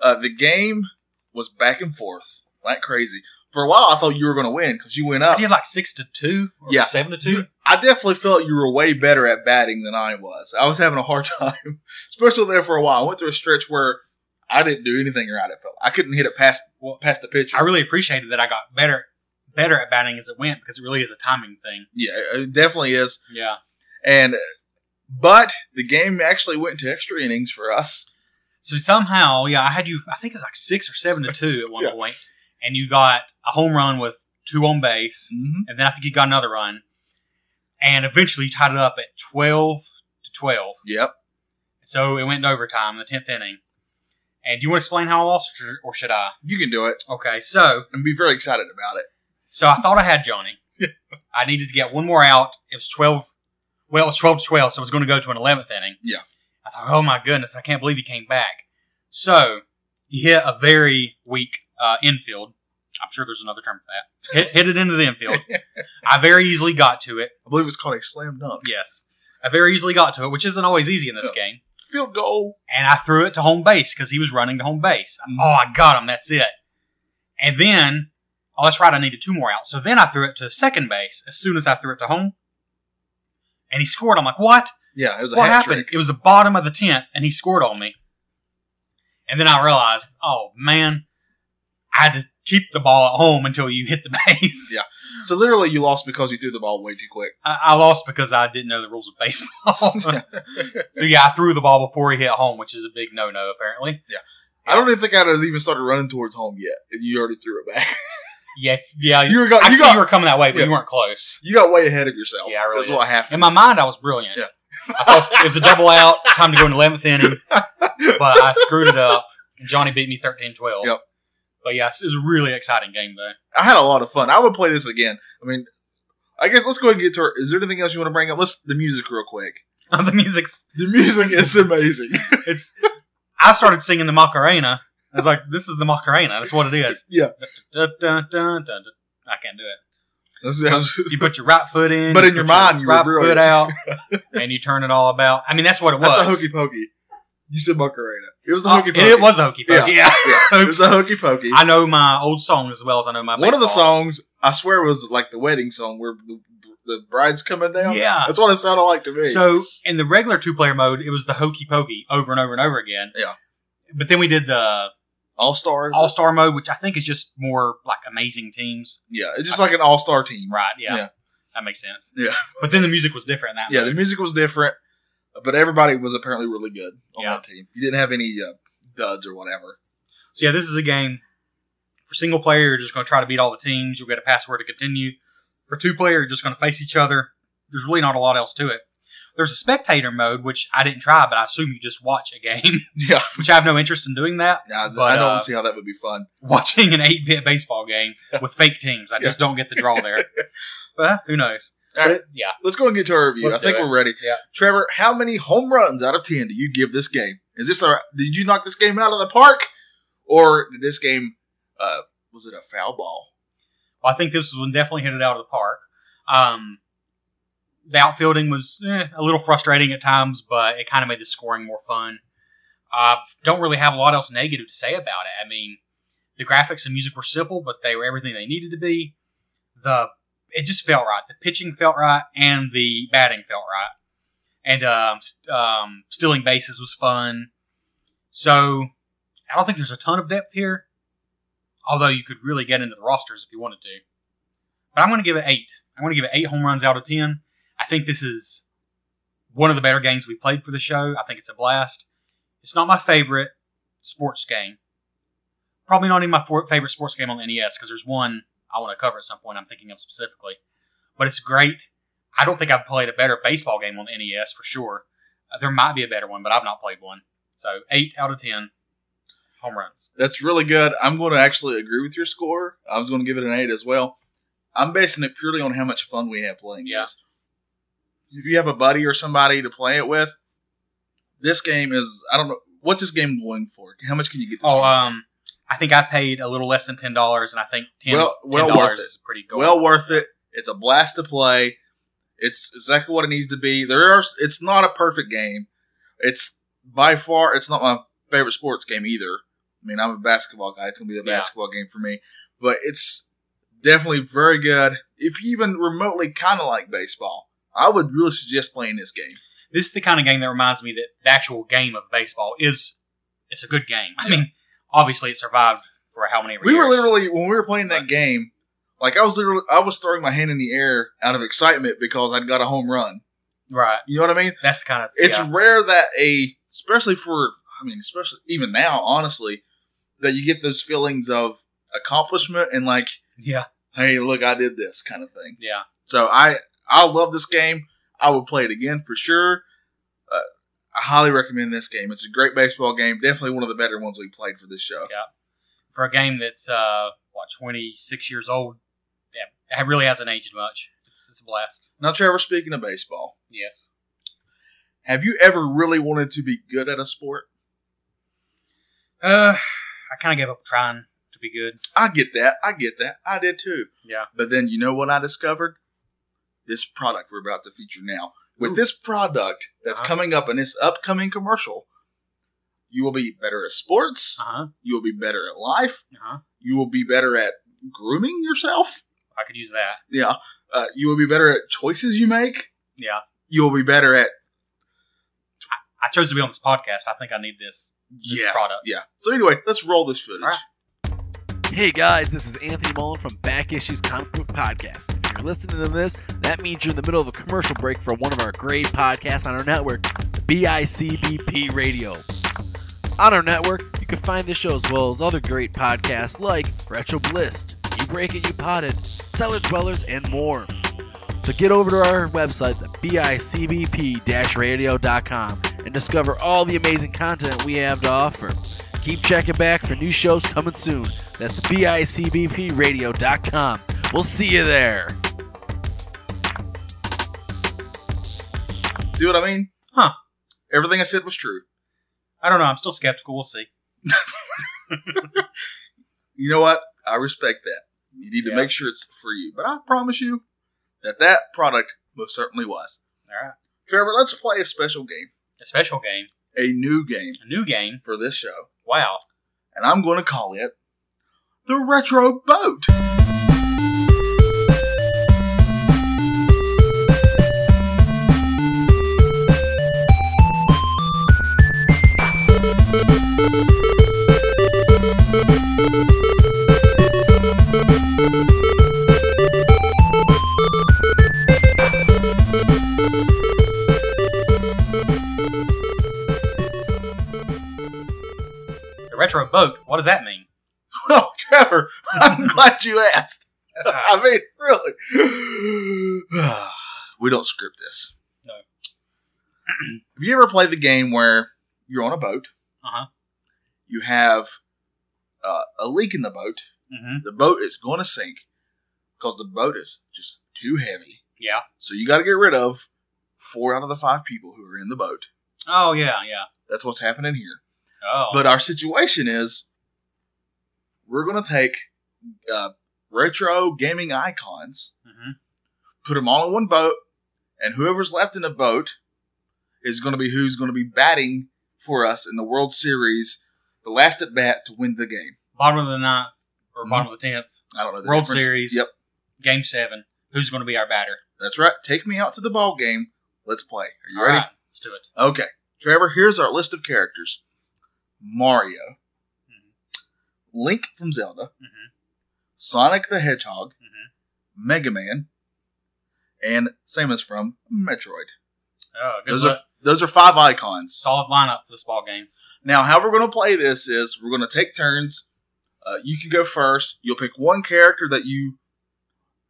[SPEAKER 2] Uh, the game was back and forth like crazy. For a while, I thought you were going to win because you went
[SPEAKER 1] I
[SPEAKER 2] up.
[SPEAKER 1] did like 6 to 2 or
[SPEAKER 2] Yeah.
[SPEAKER 1] 7 to 2.
[SPEAKER 2] You- I definitely felt you were way better at batting than I was. I was having a hard time, especially there for a while. I went through a stretch where I didn't do anything right. It felt I couldn't hit it past past the pitcher.
[SPEAKER 1] I really appreciated that I got better better at batting as it went because it really is a timing thing.
[SPEAKER 2] yeah, it definitely is.
[SPEAKER 1] Yeah.
[SPEAKER 2] And but the game actually went to extra innings for us.
[SPEAKER 1] So somehow, yeah, I had you. I think it was like six or seven to two at one
[SPEAKER 2] Yeah.
[SPEAKER 1] point, and you got a home run with two on base,
[SPEAKER 2] Mm-hmm.
[SPEAKER 1] and then I think you got another run, and eventually you tied it up at twelve to twelve.
[SPEAKER 2] Yep.
[SPEAKER 1] So it went to overtime in the tenth inning. And do you want to explain how I lost, or, or should I?
[SPEAKER 2] You can do it
[SPEAKER 1] Okay, so
[SPEAKER 2] and be very excited about it.
[SPEAKER 1] so I thought I had Johnny. I needed to get one more out. It was twelve. Well, it was twelve to twelve, so it was going to go to an eleventh inning.
[SPEAKER 2] Yeah.
[SPEAKER 1] I thought, oh my goodness, I can't believe he came back. So he hit a very weak uh, infield. I'm sure there's another term for that. Hit, hit it into the infield. I very easily got to it.
[SPEAKER 2] I believe it's called a slam dunk.
[SPEAKER 1] Yes, I very easily got to it, which isn't always easy in this game
[SPEAKER 2] Field goal.
[SPEAKER 1] and I threw it to home base because he was running to home base.
[SPEAKER 2] Mhm.
[SPEAKER 1] Oh, I got him. That's it. And then, oh, that's right. I needed two more out. So then I threw it to second base as soon as I threw it to home. And he scored. I'm like, what?
[SPEAKER 2] Yeah, it was a
[SPEAKER 1] What
[SPEAKER 2] hat
[SPEAKER 1] happened?
[SPEAKER 2] trick.
[SPEAKER 1] It was the bottom of the 10th, and he scored on me. And then I realized, oh, man, I had to keep the ball at home until you hit the base.
[SPEAKER 2] Yeah. So literally, you lost because you threw the ball way too quick.
[SPEAKER 1] I, I lost because I didn't know the rules of baseball. so, yeah, I threw the ball before he hit home, which is a big no no, apparently.
[SPEAKER 2] I don't even think I'd have even started running towards home yet. and You already threw it back.
[SPEAKER 1] Yeah, yeah,
[SPEAKER 2] you were got,
[SPEAKER 1] I
[SPEAKER 2] you
[SPEAKER 1] see you
[SPEAKER 2] got,
[SPEAKER 1] were coming that way, but
[SPEAKER 2] Yeah.
[SPEAKER 1] you weren't close.
[SPEAKER 2] you got way ahead of yourself.
[SPEAKER 1] Yeah, I really
[SPEAKER 2] That's
[SPEAKER 1] did.
[SPEAKER 2] what happened.
[SPEAKER 1] In my mind, I was brilliant.
[SPEAKER 2] Yeah.
[SPEAKER 1] I thought it was a double out, time to go in the 11th inning, but I screwed it up. And Johnny beat me 13 12.
[SPEAKER 2] Yep.
[SPEAKER 1] But yeah, it was a really exciting game, though.
[SPEAKER 2] I had a lot of fun. I would play this again. I mean, I guess let's go ahead and get to. Our, is there anything else you want to bring up? Let's the music real quick.
[SPEAKER 1] the music's.
[SPEAKER 2] The music is amazing.
[SPEAKER 1] It's. I started singing the Macarena. I was like, this is the Macarena. That's what it is.
[SPEAKER 2] Yeah.
[SPEAKER 1] Dun, dun, dun, dun, dun. I can't do it.
[SPEAKER 2] That's- that's-
[SPEAKER 1] You put your right foot in.
[SPEAKER 2] But
[SPEAKER 1] you
[SPEAKER 2] in your
[SPEAKER 1] put
[SPEAKER 2] mind, you were
[SPEAKER 1] right
[SPEAKER 2] brilliant.
[SPEAKER 1] foot out, and you turn it all about. I mean, that's what it was. Uh,
[SPEAKER 2] that's the hokey pokey. You said Macarena. It was the hokey pokey.
[SPEAKER 1] It was the hokey pokey. Yeah.
[SPEAKER 2] Yeah, it was the hokey pokey.
[SPEAKER 1] I know my old song as well as I know my
[SPEAKER 2] One of the
[SPEAKER 1] baseball.
[SPEAKER 2] songs I swear was like the wedding song where the, the bride's coming down.
[SPEAKER 1] Yeah.
[SPEAKER 2] that's what it sounded like to me.
[SPEAKER 1] So in the regular two player mode, it was the hokey pokey over and over and over again.
[SPEAKER 2] Yeah.
[SPEAKER 1] But then we did the
[SPEAKER 2] all star,
[SPEAKER 1] all star mode, which I think is just more like amazing teams.
[SPEAKER 2] yeah, it's just like an all star team.
[SPEAKER 1] Right. Yeah.
[SPEAKER 2] Yeah.
[SPEAKER 1] That makes sense.
[SPEAKER 2] Yeah.
[SPEAKER 1] But then the music was different in that.
[SPEAKER 2] Yeah,
[SPEAKER 1] mode.
[SPEAKER 2] the music was different, but everybody was apparently really good on
[SPEAKER 1] Yeah.
[SPEAKER 2] that team. You didn't have any uh, duds or whatever.
[SPEAKER 1] So yeah, this is a game for single player. You're just going to try to beat all the teams. You'll get a password to continue. For two player, you're just going to face each other. There's really not a lot else to it. There's a spectator mode, which I didn't try, but I assume you just watch a game,
[SPEAKER 2] Yeah,
[SPEAKER 1] which I have no interest in doing that.
[SPEAKER 2] Nah,
[SPEAKER 1] But,
[SPEAKER 2] I don't
[SPEAKER 1] uh,
[SPEAKER 2] see how that would be fun.
[SPEAKER 1] watching an 8 bit baseball game with fake teams. I just don't get the draw there. But who knows?
[SPEAKER 2] All right,
[SPEAKER 1] Yeah.
[SPEAKER 2] let's go and get to our review.
[SPEAKER 1] Let's
[SPEAKER 2] I think
[SPEAKER 1] do it.
[SPEAKER 2] we're ready.
[SPEAKER 1] Yeah.
[SPEAKER 2] Trevor, how many home runs out of ten do you give this game? Is this a did you knock this game out of the park, or did this game uh, was it a foul ball?
[SPEAKER 1] Well, I think this one definitely hit it out of the park. Um, the outfielding was eh, a little frustrating at times, but it kind of made the scoring more fun. I don't really have a lot else negative to say about it. I mean, the graphics and music were simple, but they were everything they needed to be. The it just felt right. The pitching felt right, and the batting felt right. And um, st- um, stealing bases was fun. So I don't think there's a ton of depth here although you could really get into the rosters if you wanted to. But I'm going to give it eight. I'm going to give it eight home runs out of ten. I think this is one of the better games we played for the show. I think it's a blast. It's not my favorite sports game. Probably not even my for- favorite sports game on the NES because there's one I want to cover at some point. I'm thinking of specifically, but it's great. I don't think I've played a better baseball game on the NES E for sure. Uh, There might be a better one, but I've not played one. So eight out of ten home runs.
[SPEAKER 2] That's really good. I'm going to actually agree with your score. I was going to give it an eight as well. I'm basing it purely on how much fun we have playing
[SPEAKER 1] Yeah.
[SPEAKER 2] this. If you have a buddy or somebody to play it with, this game is I don't know what's this game going for. How much can you get? This
[SPEAKER 1] Oh,
[SPEAKER 2] game?
[SPEAKER 1] um, I think I paid a little less than ten dollars, and I think ten
[SPEAKER 2] Well- well
[SPEAKER 1] $10
[SPEAKER 2] worth it.
[SPEAKER 1] is pretty good.
[SPEAKER 2] well worth it. It's a blast to play. It's exactly what it needs to be. There are. It's not a perfect game. It's by far. It's not my favorite sports game either. I mean, I'm a basketball guy. It's gonna be a
[SPEAKER 1] Yeah.
[SPEAKER 2] basketball game for me. But it's definitely very good. If you even remotely kind of like baseball, I would really suggest playing this game.
[SPEAKER 1] this is the kind of game that reminds me that the actual game of baseball is it's a good game. I
[SPEAKER 2] Yeah.
[SPEAKER 1] mean, obviously it survived for how many
[SPEAKER 2] We were
[SPEAKER 1] years?
[SPEAKER 2] literally when we were playing that
[SPEAKER 1] Right.
[SPEAKER 2] game. Like I was literally, I was throwing my hand in the air out of excitement because I'd got a home run.
[SPEAKER 1] right.
[SPEAKER 2] You know what I mean?
[SPEAKER 1] That's the kind of
[SPEAKER 2] it's
[SPEAKER 1] yeah.
[SPEAKER 2] rare that a especially for i mean especially even now honestly that you get those feelings of accomplishment and like
[SPEAKER 1] yeah
[SPEAKER 2] hey look i did this kind of thing
[SPEAKER 1] yeah
[SPEAKER 2] so i i love this game i would play it again for sure uh, i highly recommend this game it's a great baseball game definitely one of the better ones we played for this show
[SPEAKER 1] for a game that's uh what twenty six years old. Yeah, it really hasn't aged much. It's, it's a blast.
[SPEAKER 2] now trevor speaking of baseball
[SPEAKER 1] Yes.
[SPEAKER 2] have you ever really wanted to be good at a sport
[SPEAKER 1] Uh, I kind of gave up trying to be good.
[SPEAKER 2] i get that i get that i did too
[SPEAKER 1] Yeah.
[SPEAKER 2] But then you know what I discovered? This product we're about to feature now. With
[SPEAKER 1] Ooh.
[SPEAKER 2] this product that's
[SPEAKER 1] Uh-huh.
[SPEAKER 2] coming up in this upcoming commercial, you will be better at sports.
[SPEAKER 1] Uh huh.
[SPEAKER 2] You will be better at life.
[SPEAKER 1] Uh huh.
[SPEAKER 2] You will be better at grooming yourself.
[SPEAKER 1] I could use that.
[SPEAKER 2] Yeah. Uh, you will be better at choices you make.
[SPEAKER 1] Yeah.
[SPEAKER 2] You will be better at
[SPEAKER 1] I chose to be on this podcast. I think I need this this
[SPEAKER 2] yeah,
[SPEAKER 1] product.
[SPEAKER 2] yeah. So anyway, let's roll this footage.
[SPEAKER 1] All right.
[SPEAKER 3] Hey guys, this is Anthony Mullen from Back Issues Comic Book Podcast. If you're listening to this, that means you're in the middle of a commercial break for one of our great podcasts on our network, BICBP Radio. On our network, you can find this show as well as other great podcasts like Retro Bliss, You Break It, You Potted, Cellar Dwellers, and more. So get over to our website, the BICBP radio.com, and discover all the amazing content we have to offer. Keep checking back for new shows coming soon. That's BICBPradio.com. We'll see you there.
[SPEAKER 2] See what I mean?
[SPEAKER 1] Huh.
[SPEAKER 2] Everything I said was true.
[SPEAKER 1] I don't know. I'm still skeptical. We'll see.
[SPEAKER 2] you know what? I respect that. You need to
[SPEAKER 1] Yeah.
[SPEAKER 2] make sure it's for you. But I promise you that that product most certainly was.
[SPEAKER 1] All right.
[SPEAKER 2] Trevor, let's play a special game,
[SPEAKER 1] A special game,
[SPEAKER 2] a new game
[SPEAKER 1] a new game.
[SPEAKER 2] for this show.
[SPEAKER 1] Wow.
[SPEAKER 2] And I'm going to call it the Retro Boat.
[SPEAKER 1] The retro boat. What does that mean?
[SPEAKER 2] Well, Trevor, I'm glad you asked. I mean, really. we don't script this.
[SPEAKER 1] No.
[SPEAKER 2] have you ever played the game where you're on a boat?
[SPEAKER 1] Uh-huh.
[SPEAKER 2] You have uh, a leak in the boat.
[SPEAKER 1] Mm-hmm.
[SPEAKER 2] the boat is going to sink because the boat is just too heavy.
[SPEAKER 1] Yeah.
[SPEAKER 2] So you got to get rid of four out of the five people who are in the boat.
[SPEAKER 1] Oh yeah, yeah.
[SPEAKER 2] That's what's happening here.
[SPEAKER 1] Oh.
[SPEAKER 2] But our situation is we're going to take uh, retro gaming icons,
[SPEAKER 1] hmm
[SPEAKER 2] put them all in one boat, and whoever's left in the boat is going to be who's going to be batting for us in the World Series, the last at bat to win the game.
[SPEAKER 1] bottom of the ninth or
[SPEAKER 2] Mhm.
[SPEAKER 1] bottom of the tenth,
[SPEAKER 2] I don't know the
[SPEAKER 1] World
[SPEAKER 2] difference.
[SPEAKER 1] Series.
[SPEAKER 2] Yep,
[SPEAKER 1] game seven. Who's going to be our batter?
[SPEAKER 2] that's right. Take me out to the ball game. Let's play. Are you
[SPEAKER 1] All
[SPEAKER 2] ready?
[SPEAKER 1] right, let's do it.
[SPEAKER 2] Okay, Trevor, here's our list of characters Mario,
[SPEAKER 1] Mhm.
[SPEAKER 2] Link from Zelda,
[SPEAKER 1] Mhm.
[SPEAKER 2] Sonic the Hedgehog,
[SPEAKER 1] Mhm.
[SPEAKER 2] Mega Man, and Samus from Metroid.
[SPEAKER 1] Oh, good
[SPEAKER 2] Those
[SPEAKER 1] luck.
[SPEAKER 2] are, those are five icons.
[SPEAKER 1] solid lineup for this ball game.
[SPEAKER 2] Now, how we're going to play this is we're going to take turns. Uh, you can go first. You'll pick one character that you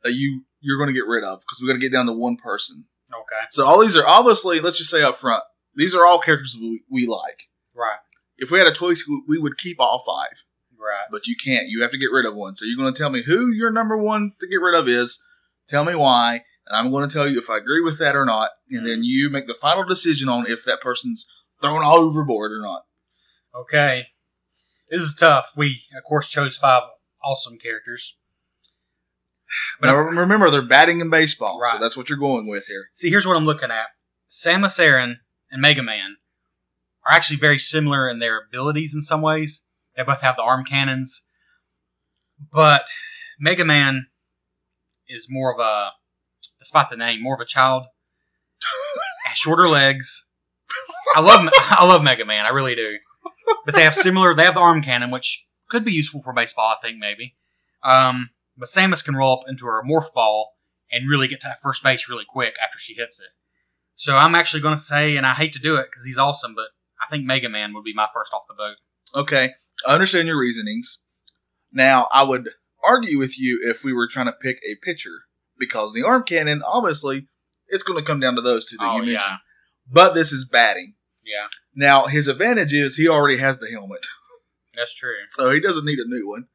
[SPEAKER 2] that you you're going to get rid of because we're going to get down to one person.
[SPEAKER 1] Okay.
[SPEAKER 2] So all these are obviously let's just say up front These are all characters we, we like.
[SPEAKER 1] Right.
[SPEAKER 2] If we had a choice, we- we would keep all five,
[SPEAKER 1] Right.
[SPEAKER 2] but you can't. You have to get rid of one. So you're going to tell me who your number one to get rid of is. Tell me why, and I'm going to tell you if I agree with that or not. And then you make the final decision on if that person's thrown overboard or not.
[SPEAKER 1] Okay. This is tough. We, of course, chose five awesome characters. But
[SPEAKER 2] But now, remember, they're batting in baseball, so
[SPEAKER 1] Right.
[SPEAKER 2] that's what you're going with here.
[SPEAKER 1] See, here's what I'm looking at. Samus Aran and Mega Man are actually very similar in their abilities in some ways. They both have the arm cannons. But Mega Man is more of a, despite the name, more of a child. Has shorter legs. I love I love Mega Man, I really do. But they have similar. They have the arm cannon, which could be useful for baseball, I think maybe. Um, but Samus can roll up into her morph ball and really get to first base really quick after she hits it. So I'm actually going to say, and I hate to do it because he's awesome, but I think Mega Man would be my first off the boat.
[SPEAKER 2] Okay, I understand your reasonings. Now, I would argue with you if we were trying to pick a pitcher because the arm cannon, obviously, it's going to come down to those two that you mentioned. But this is batting.
[SPEAKER 1] yeah,
[SPEAKER 2] Now, his advantage is he already has the helmet,
[SPEAKER 1] that's true.
[SPEAKER 2] so he doesn't need a new one.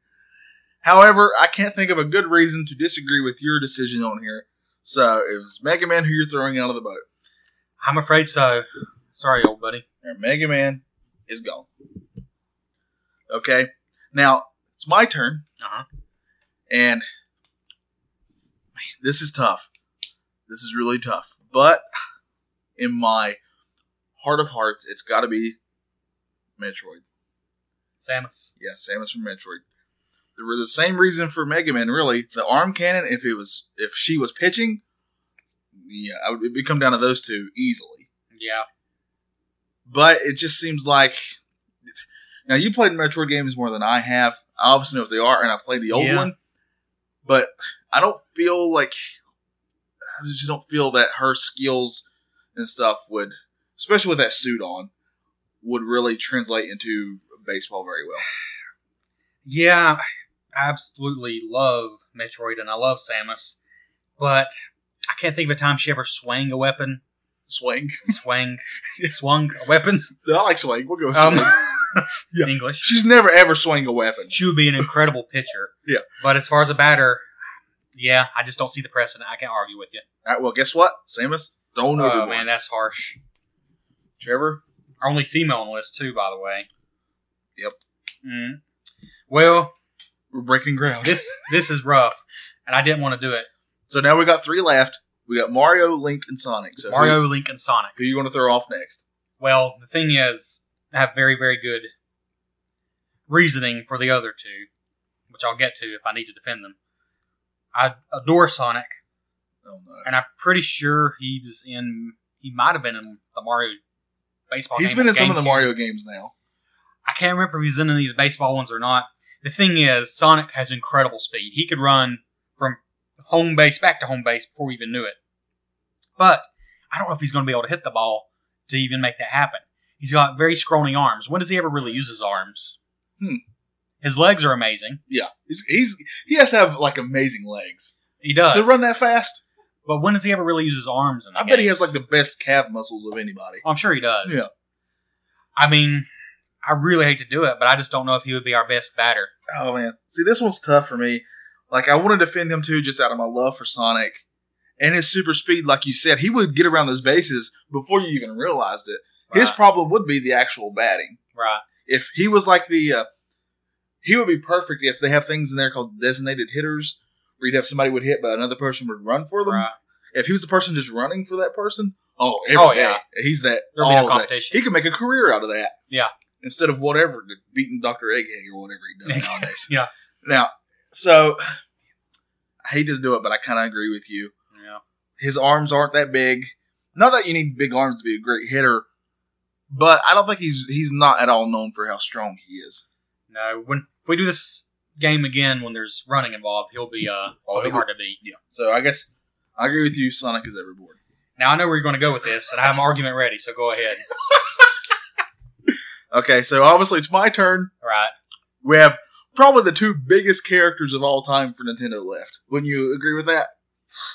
[SPEAKER 2] However, I can't think of a good reason to disagree with your decision on here. So, it's Mega Man who you're throwing out of the boat.
[SPEAKER 1] I'm afraid so. Sorry, old buddy.
[SPEAKER 2] and Mega Man is gone. Okay, now it's my turn,
[SPEAKER 1] Uh-huh.
[SPEAKER 2] and man, this is tough. This is really tough, but in my heart of hearts, it's got to be Metroid.
[SPEAKER 1] Samus.
[SPEAKER 2] Yeah, Samus from Metroid. There were the same reason for Mega Man, really. The arm cannon, if it was, if she was pitching, yeah, I would, it would come down to those two easily
[SPEAKER 1] Yeah,
[SPEAKER 2] but it just seems like now you played Metroid games more than I have. I obviously know if they are, and I played the old
[SPEAKER 1] Yeah.
[SPEAKER 2] one, but I don't feel like I just don't feel that her skills and stuff would, especially with that suit on, would really translate into baseball very well.
[SPEAKER 1] yeah. I absolutely love Metroid and I love Samus, but I can't think of a time she ever swang a weapon.
[SPEAKER 2] Swing,
[SPEAKER 1] Swang, swung a weapon.
[SPEAKER 2] No, I like swing. We'll go with
[SPEAKER 1] Um,
[SPEAKER 2] swing. Yeah.
[SPEAKER 1] in English.
[SPEAKER 2] She's never ever swung a weapon.
[SPEAKER 1] she would be an incredible pitcher.
[SPEAKER 2] Yeah.
[SPEAKER 1] But as far as a batter, yeah, I just don't see the precedent. I can't argue with you.
[SPEAKER 2] All right, well, guess what, Samus? Don't
[SPEAKER 1] oh
[SPEAKER 2] overboard.
[SPEAKER 1] man, that's harsh.
[SPEAKER 2] Trevor.
[SPEAKER 1] Our only female on the list too, by the way.
[SPEAKER 2] Yep.
[SPEAKER 1] Mm. Well,
[SPEAKER 2] We're breaking ground.
[SPEAKER 1] this this is rough, and I didn't want to do it.
[SPEAKER 2] so now we got three left. We got Mario, Link, and Sonic. So who-
[SPEAKER 1] Mario, Link, and Sonic.
[SPEAKER 2] Who you going to throw off next?
[SPEAKER 1] Well, the thing is, I have very very good reasoning for the other two, which I'll get to if I need to defend them. I adore Sonic.
[SPEAKER 2] Oh no,
[SPEAKER 1] and I'm pretty sure he was in. He might have been in the Mario baseball.
[SPEAKER 2] he's
[SPEAKER 1] game
[SPEAKER 2] been
[SPEAKER 1] on
[SPEAKER 2] in some of the
[SPEAKER 1] GameCube.
[SPEAKER 2] Mario games now.
[SPEAKER 1] I can't remember if he's in any of the baseball ones or not. The thing is, Sonic has incredible speed. He could run from home base back to home base before we even knew it. But I don't know if he's going to be able to hit the ball to even make that happen. He's got very scrawny arms. When does he ever really use his arms?
[SPEAKER 2] Hmm.
[SPEAKER 1] His legs are amazing.
[SPEAKER 2] Yeah, he's, he's he has to have like amazing legs
[SPEAKER 1] He does.
[SPEAKER 2] to run that fast.
[SPEAKER 1] but when does he ever really use his arms? In the
[SPEAKER 2] I bet he
[SPEAKER 1] games?
[SPEAKER 2] has like the best calf muscles of anybody.
[SPEAKER 1] I'm sure he does.
[SPEAKER 2] Yeah.
[SPEAKER 1] I mean, I really hate to do it, but I just don't know if he would be our best batter.
[SPEAKER 2] Oh man, see this one's tough for me. Like I want to defend him too, just out of my love for Sonic and his super speed. Like you said, he would get around those bases before you even realized it. His
[SPEAKER 1] Right.
[SPEAKER 2] problem would be the actual batting.
[SPEAKER 1] right.
[SPEAKER 2] if he was like the uh, he would be perfect if they have things in there called designated hitters where you'd have somebody would hit but another person would run for them
[SPEAKER 1] Right.
[SPEAKER 2] if he was the person just running for that person oh every
[SPEAKER 1] Oh,
[SPEAKER 2] day.
[SPEAKER 1] yeah.
[SPEAKER 2] he's that
[SPEAKER 1] There'd be no
[SPEAKER 2] all day.
[SPEAKER 1] competition.
[SPEAKER 2] he could make a career out of that
[SPEAKER 1] Yeah.
[SPEAKER 2] instead of whatever the beating dr egghead or whatever he does nowadays
[SPEAKER 1] Yeah.
[SPEAKER 2] now so i hate to do it but i kind of agree with you
[SPEAKER 1] Yeah.
[SPEAKER 2] his arms aren't that big. Not that you need big arms to be a great hitter, but I don't think he's he's not at all known for how strong he is.
[SPEAKER 1] No. When if we do this game again, when there's running involved, he'll be uh, he'll
[SPEAKER 2] Oh,
[SPEAKER 1] be
[SPEAKER 2] he
[SPEAKER 1] hard to beat.
[SPEAKER 2] Yeah. So I guess I agree with you. Sonic is overboard.
[SPEAKER 1] Now I know where you're going to go with this, and I have an argument ready. So go ahead.
[SPEAKER 2] Okay, so obviously it's my turn.
[SPEAKER 1] All right.
[SPEAKER 2] We have probably the two biggest characters of all time for Nintendo left. Wouldn't you agree with that?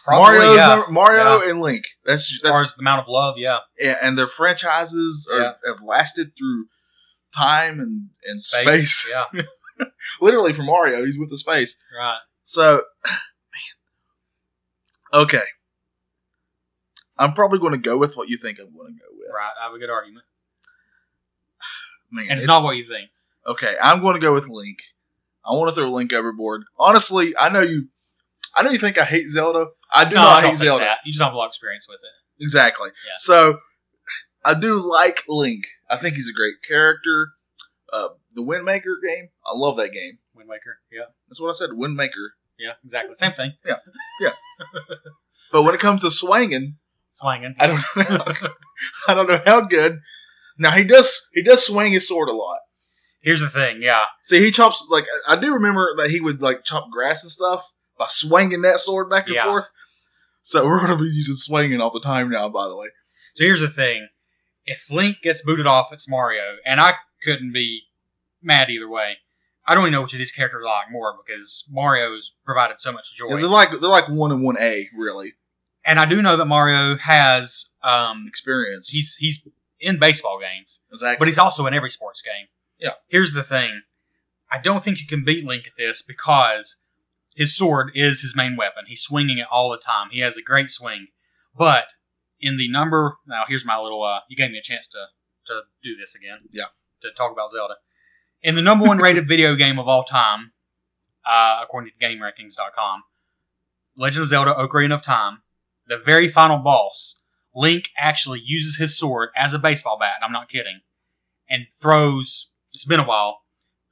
[SPEAKER 1] Probably,
[SPEAKER 2] Mario's
[SPEAKER 1] yeah.
[SPEAKER 2] number- Mario and Link. That's
[SPEAKER 1] as far as
[SPEAKER 2] that's
[SPEAKER 1] the amount of love, yeah.
[SPEAKER 2] yeah, and their franchises are, have lasted through time and and space.
[SPEAKER 1] Yeah,
[SPEAKER 2] Literally from Mario, he's with the space.
[SPEAKER 1] right.
[SPEAKER 2] So, man, okay. I'm probably going to go with what you think I'm going to go with.
[SPEAKER 1] Right. I have a good argument.
[SPEAKER 2] Man,
[SPEAKER 1] And it's, not what you think.
[SPEAKER 2] okay. I'm going to go with Link. I want to throw Link overboard. Honestly, I know you. I know you think I hate Zelda. I do
[SPEAKER 1] no,
[SPEAKER 2] not
[SPEAKER 1] I don't
[SPEAKER 2] hate
[SPEAKER 1] think
[SPEAKER 2] Zelda.
[SPEAKER 1] that. You just don't have a lot of experience with it.
[SPEAKER 2] Exactly.
[SPEAKER 1] Yeah.
[SPEAKER 2] So, I do like Link. I think he's a great character. Uh, the Windmaker game. I love that game.
[SPEAKER 1] Wind Waker. Yeah.
[SPEAKER 2] That's what I said. Windmaker.
[SPEAKER 1] Yeah. Exactly. Same thing.
[SPEAKER 2] But when it comes to swinging,
[SPEAKER 1] Swanging.
[SPEAKER 2] I don't know. I don't know how good. Now he does he does swing his sword a lot.
[SPEAKER 1] Here's the thing. Yeah.
[SPEAKER 2] See, he chops like I I do remember that he would like chop grass and stuff by swinging that sword back and
[SPEAKER 1] Yeah.
[SPEAKER 2] forth. So we're going to be using swinging all the time now. By the way,
[SPEAKER 1] So here's the thing: if Link gets booted off, it's Mario, and I couldn't be mad either way. I don't even know which of these characters I like more because Mario's provided so much joy,
[SPEAKER 2] Yeah, they're like they're like one and one A really
[SPEAKER 1] and I do know that Mario has um,
[SPEAKER 2] experience.
[SPEAKER 1] he's he's in baseball games,
[SPEAKER 2] exactly.
[SPEAKER 1] but he's also in every sports game.
[SPEAKER 2] Yeah.
[SPEAKER 1] Here's the thing: I don't think you can beat Link at this because his sword is his main weapon. He's swinging it all the time. He has a great swing, but in the number now, here's my little. Uh, you gave me a chance to to do this again.
[SPEAKER 2] Yeah.
[SPEAKER 1] To talk about Zelda, in the number one rated video game of all time, uh, according to GameRankings.com, Legend of Zelda: Ocarina of Time, the very final boss, Link actually uses his sword as a baseball bat. and I'm not kidding, and throws. It's been a while,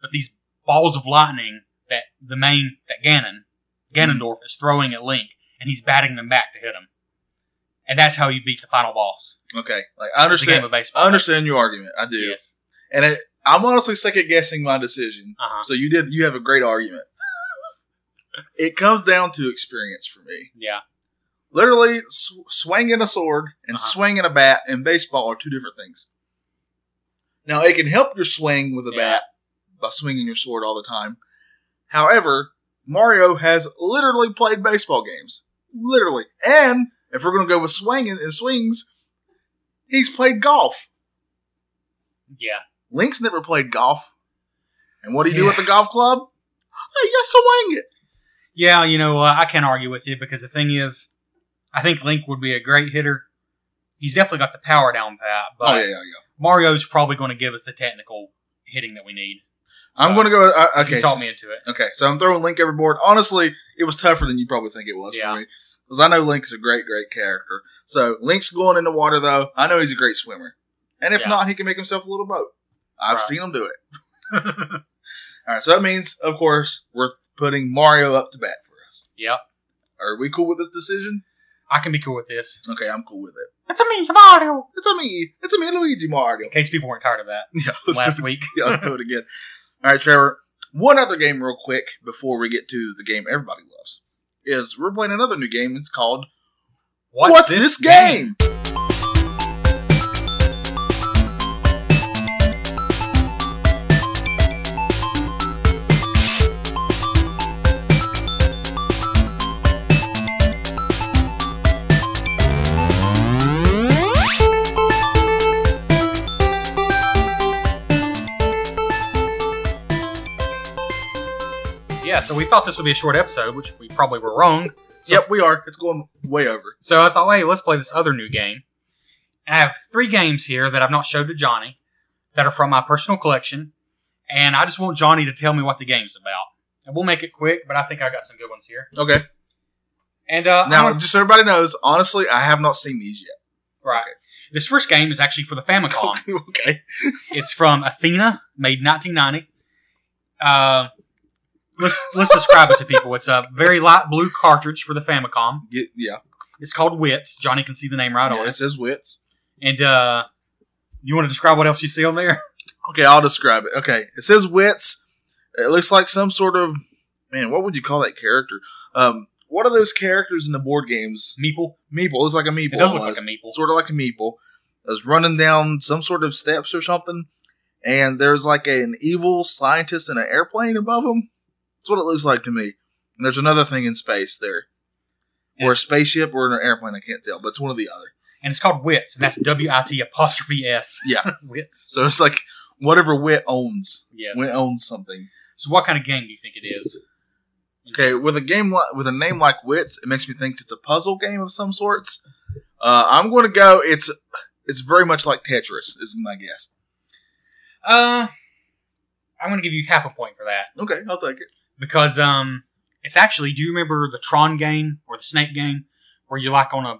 [SPEAKER 1] but these balls of lightning that the main that Ganon, Ganondorf is throwing at Link, and he's batting them back to hit him, and that's how you beat the final boss.
[SPEAKER 2] okay, like I
[SPEAKER 1] It's a game
[SPEAKER 2] understand.
[SPEAKER 1] of baseball.
[SPEAKER 2] I understand your argument. I do,
[SPEAKER 1] Yes.
[SPEAKER 2] and it, I'm honestly second guessing my decision.
[SPEAKER 1] Uh-huh.
[SPEAKER 2] So you did. You have a great argument. it comes down to experience for me.
[SPEAKER 1] Yeah.
[SPEAKER 2] Literally, sw- swinging a sword and
[SPEAKER 1] Uh-huh.
[SPEAKER 2] swinging a bat in baseball are two different things. Now, it can help your swing with a
[SPEAKER 1] Yeah.
[SPEAKER 2] bat by swinging your sword all the time. However, Mario has literally played baseball games. Literally. And if we're going to go with swinging and swings, he's played golf.
[SPEAKER 1] Yeah.
[SPEAKER 2] Link's never played golf. And what do you do
[SPEAKER 1] Yeah.
[SPEAKER 2] with the golf club? Uh, Hey, you swing it.
[SPEAKER 1] Yeah, you know, uh, I can't argue with you because the thing is, I think Link would be a great hitter. He's definitely got the power down pat, but
[SPEAKER 2] oh, yeah, yeah, yeah.
[SPEAKER 1] Mario's probably going to give us the technical hitting that we need.
[SPEAKER 2] I'm going to go. Uh, okay.
[SPEAKER 1] You
[SPEAKER 2] so-
[SPEAKER 1] talk me into it.
[SPEAKER 2] Okay, so I'm throwing Link overboard. Honestly, it was tougher than you probably think it was
[SPEAKER 1] Yeah.
[SPEAKER 2] for me. Because I know Link's a great, great character. So Link's going in the water, though. I know he's a great swimmer. And if
[SPEAKER 1] Yeah.
[SPEAKER 2] not, he can make himself a little boat. I've
[SPEAKER 1] Right.
[SPEAKER 2] seen him do it. All right, so that means, of course, we're putting Mario up to bat for us.
[SPEAKER 1] Yep.
[SPEAKER 2] Are we cool with this decision?
[SPEAKER 1] I can be cool with this.
[SPEAKER 2] Okay, I'm cool with it.
[SPEAKER 1] It's a me, Mario.
[SPEAKER 2] It's a me. It's a me, Luigi Mario.
[SPEAKER 1] In case people weren't tired of that
[SPEAKER 2] Yeah, let's do
[SPEAKER 1] last week.
[SPEAKER 2] yeah, let's do it again. All right, Trevor. One other game, real quick, before we get to the game everybody loves, is we're playing another new game. It's called What's, This, game?
[SPEAKER 1] Yeah, so we thought this would be a short episode, which we probably were wrong. So
[SPEAKER 2] yep, we are. It's going way over.
[SPEAKER 1] So I thought, hey, let's play this other new game. I have three games here that I've not showed to Johnny that are from my personal collection, and I just want Johnny to tell me what the game's about. And we'll make it quick, but I think I got some good ones here.
[SPEAKER 2] Okay.
[SPEAKER 1] And uh,
[SPEAKER 2] Now,
[SPEAKER 1] I'm gonna-
[SPEAKER 2] just so everybody knows, honestly, I have not seen these yet.
[SPEAKER 1] right, this first game is actually for the Famicom.
[SPEAKER 2] Okay. okay.
[SPEAKER 1] it's from Athena, made 1990. Uh, let's let's describe it to people. It's a very light blue cartridge for the Famicom.
[SPEAKER 2] Get- yeah.
[SPEAKER 1] It's called Wits. Johnny can see the name right
[SPEAKER 2] yeah,
[SPEAKER 1] on
[SPEAKER 2] it
[SPEAKER 1] it.
[SPEAKER 2] says wits.
[SPEAKER 1] And uh, you want to describe what else you see on there?
[SPEAKER 2] Okay, I'll describe it. Okay. It says wits. It looks like some sort of man, what would you call that character? Um, what are those characters in the board games?
[SPEAKER 1] Meeple.
[SPEAKER 2] Meeple. It's like a meeple.
[SPEAKER 1] It does look
[SPEAKER 2] almost.
[SPEAKER 1] like a meeple.
[SPEAKER 2] Sort of like a meeple. It was running down some sort of steps or something, and there's like an evil scientist in an airplane above him. That's what it looks like to me. And there's another thing in space there.
[SPEAKER 1] And
[SPEAKER 2] or a
[SPEAKER 1] it's-
[SPEAKER 2] spaceship or an airplane. I can't tell, but it's one or the other.
[SPEAKER 1] and it's called Wits, and that's W I T apostrophe S.
[SPEAKER 2] Yeah.
[SPEAKER 1] Wits.
[SPEAKER 2] So it's like whatever Wit owns.
[SPEAKER 1] Yes.
[SPEAKER 2] Wit owns something.
[SPEAKER 1] so, what kind of game do you think it is?
[SPEAKER 2] Okay, with a game like with a name like Wits, it makes me think it's a puzzle game of some sorts. Uh, I'm going to go. It's it's very much like Tetris, is my guess.
[SPEAKER 1] Uh, I'm going to give you half a point for that
[SPEAKER 2] Okay, I'll take it.
[SPEAKER 1] because um, it's actually. Do you remember the Tron game or the Snake game where you like on a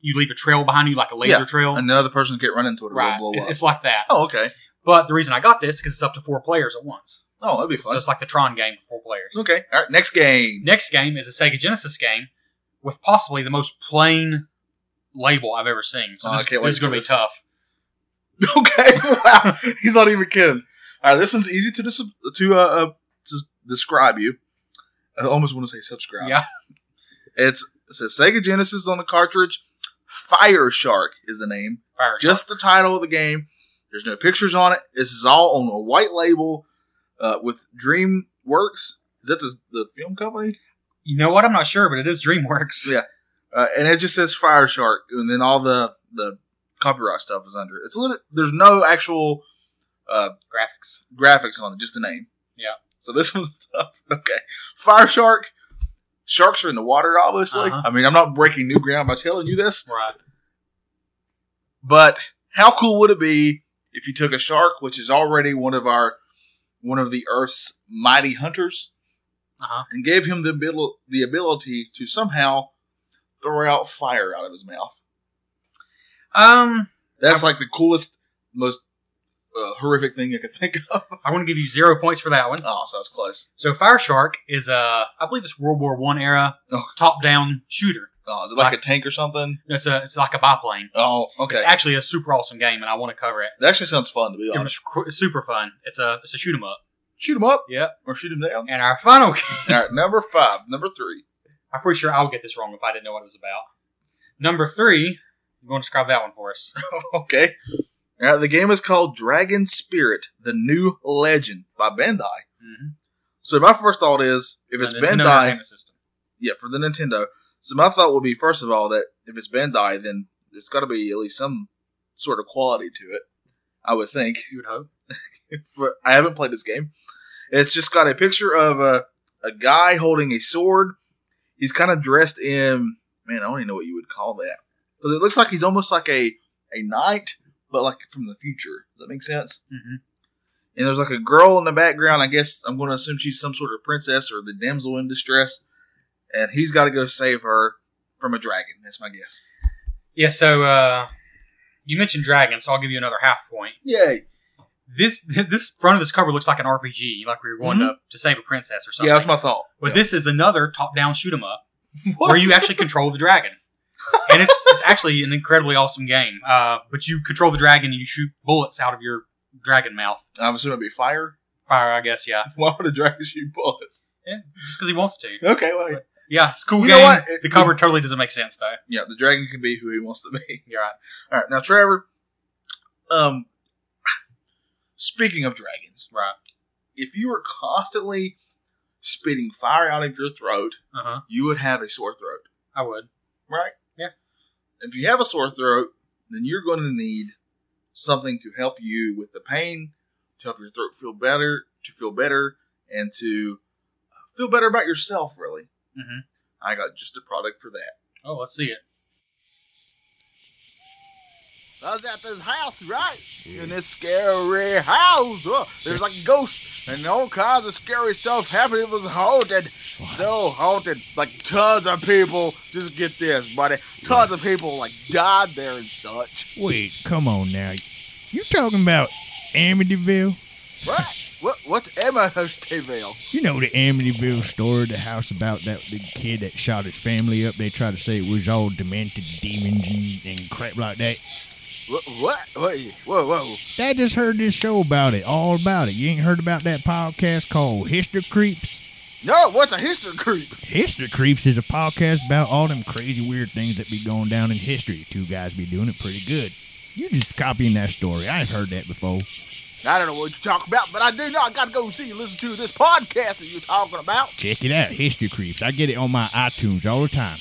[SPEAKER 1] you leave a trail behind you like a laser
[SPEAKER 2] Yeah,
[SPEAKER 1] trail?
[SPEAKER 2] Another person can get run into it,
[SPEAKER 1] right.
[SPEAKER 2] it will blow
[SPEAKER 1] It's,
[SPEAKER 2] up.
[SPEAKER 1] it's like that.
[SPEAKER 2] Oh, okay.
[SPEAKER 1] But the reason I got this because it's up to four players at once,
[SPEAKER 2] Oh, that'd be
[SPEAKER 1] so
[SPEAKER 2] fun.
[SPEAKER 1] it's like the Tron game for four players.
[SPEAKER 2] Okay. All right. Next game.
[SPEAKER 1] Next game is a Sega Genesis game with possibly the most plain label I've ever seen. So
[SPEAKER 2] Oh, I
[SPEAKER 1] this,
[SPEAKER 2] can't wait
[SPEAKER 1] this is
[SPEAKER 2] for
[SPEAKER 1] going to be
[SPEAKER 2] this.
[SPEAKER 1] tough.
[SPEAKER 2] Okay. Wow. He's not even kidding. All right. This one's easy to dis- to uh, uh to describe you. I almost want to say subscribe.
[SPEAKER 1] Yeah.
[SPEAKER 2] It's it says Sega Genesis on the cartridge. Fire Shark is the name.
[SPEAKER 1] Fire
[SPEAKER 2] Just the title of the game. There's no pictures on it. This is all on a white label uh, with DreamWorks. Is that the, the film company?
[SPEAKER 1] You know what? I'm not sure, but it is DreamWorks.
[SPEAKER 2] Yeah. Uh, and it just says Fire Shark, and then all the the copyright stuff is under it. It's a little. There's no actual uh,
[SPEAKER 1] Graphics.
[SPEAKER 2] graphics on it, just the name.
[SPEAKER 1] Yeah.
[SPEAKER 2] So this one's tough. Okay. Fire shark. Sharks are in the water, obviously.
[SPEAKER 1] Uh-huh.
[SPEAKER 2] I mean, I'm not breaking new ground by telling you this,
[SPEAKER 1] Right.
[SPEAKER 2] but how cool would it be if you took a shark, which is already one of our one of the Earth's mighty hunters,
[SPEAKER 1] Uh-huh.
[SPEAKER 2] and gave him the abil- the ability to somehow throw out fire out of his mouth?
[SPEAKER 1] Um,
[SPEAKER 2] That's like the coolest, most uh, horrific thing I could think of.
[SPEAKER 1] I want to give you zero points for that one.
[SPEAKER 2] Oh, so that's close.
[SPEAKER 1] So Fire Shark is a, I believe it's World War One era
[SPEAKER 2] Oh.
[SPEAKER 1] top-down shooter.
[SPEAKER 2] Oh, is it like a tank or something?
[SPEAKER 1] It's a, it's like a biplane.
[SPEAKER 2] Oh, okay.
[SPEAKER 1] It's actually a super awesome game, and I want to cover it.
[SPEAKER 2] That actually sounds fun, to be
[SPEAKER 1] It
[SPEAKER 2] honest.
[SPEAKER 1] was cr- super fun. It's a, it's a shoot 'em up.
[SPEAKER 2] Shoot them up
[SPEAKER 1] Yep.
[SPEAKER 2] or shoot them down.
[SPEAKER 1] And our final
[SPEAKER 2] All right, number five, number three.
[SPEAKER 1] I'm pretty sure I would get this wrong if I didn't know what it was about. Number three, you going to describe that one for us?
[SPEAKER 2] okay. All right, the game is called Dragon Spirit: The New Legend by Bandai.
[SPEAKER 1] Mm-hmm.
[SPEAKER 2] So my first thought is, if it's Bandai,
[SPEAKER 1] system.
[SPEAKER 2] yeah, for the Nintendo. So my thought would be, first of all, that if it's Bandai, then it's got to be at least some sort of quality to it. I would think.
[SPEAKER 1] You would hope.
[SPEAKER 2] but I haven't played this game. It's just got a picture of a, a guy holding a sword. He's kind of dressed in man, I don't even know what you would call that. But it looks like he's almost like a a knight, but like from the future. Does that make sense?
[SPEAKER 1] Mm-hmm.
[SPEAKER 2] And there's like a girl in the background. I guess I'm going to assume she's some sort of princess or the damsel in distress, and he's got to go save her from a dragon. That's my guess.
[SPEAKER 1] Yeah. So uh, you mentioned dragon, so I'll give you another half point.
[SPEAKER 2] Yay!
[SPEAKER 1] This this front of this cover looks like an RPG, like we were going to, to save a princess or something.
[SPEAKER 2] Mm-hmm. Yeah, that's my thought.
[SPEAKER 1] but
[SPEAKER 2] Yeah.
[SPEAKER 1] this is another top-down shoot 'em up
[SPEAKER 2] What?
[SPEAKER 1] where you actually control the dragon, and it's it's actually an incredibly awesome game. Uh, but you control the dragon and you shoot bullets out of your dragon mouth.
[SPEAKER 2] I'm assuming it'd be fire.
[SPEAKER 1] Fire, I guess. Yeah,
[SPEAKER 2] Why would a dragon shoot bullets?
[SPEAKER 1] yeah just because he wants to.
[SPEAKER 2] Okay, well,
[SPEAKER 1] Yeah, it's a cool
[SPEAKER 2] You know
[SPEAKER 1] game.
[SPEAKER 2] what? It-
[SPEAKER 1] the cover totally doesn't make sense though.
[SPEAKER 2] Yeah, the dragon can be who he wants to be.
[SPEAKER 1] You're right.
[SPEAKER 2] All right, now Trevor. Um, speaking of dragons,
[SPEAKER 1] Right.
[SPEAKER 2] if you were constantly spitting fire out of your throat,
[SPEAKER 1] Uh huh.
[SPEAKER 2] you would have a sore throat,
[SPEAKER 1] I would.
[SPEAKER 2] right?
[SPEAKER 1] Yeah.
[SPEAKER 2] If you have a sore throat, then you're going to need something to help you with the pain, to help your throat feel better, to feel better, and to uh, feel better about yourself. Really,
[SPEAKER 1] Mhm.
[SPEAKER 2] I got just a product for that.
[SPEAKER 1] Oh, let's see it.
[SPEAKER 2] I was at this house, right? In this scary house. uh, there's like ghosts and all kinds of scary stuff happening. It was haunted. So haunted. Like tons of people. Just get this, buddy. Tons of people like died there and such.
[SPEAKER 4] Wait, come on now. You talking about Amityville?
[SPEAKER 2] What? what what's Emma Hotel?
[SPEAKER 4] You know the Amityville story, the house about that the kid that shot his family up. They tried to say it was all demented demons and, and crap like that.
[SPEAKER 2] What what what whoa whoa.
[SPEAKER 4] I just heard this show about it, all about it. You ain't heard about that podcast called History Creeps?
[SPEAKER 2] No, what's a history creep?
[SPEAKER 4] History Creeps is a podcast about all them crazy weird things that be going down in history. Two guys be doing it pretty good. You just copying that story. I've heard that before.
[SPEAKER 2] I don't know what you're talking about, but I do know I gotta go see and listen to this podcast that you're talking about.
[SPEAKER 4] Check it out, History Creeps. I get it on my iTunes all the time.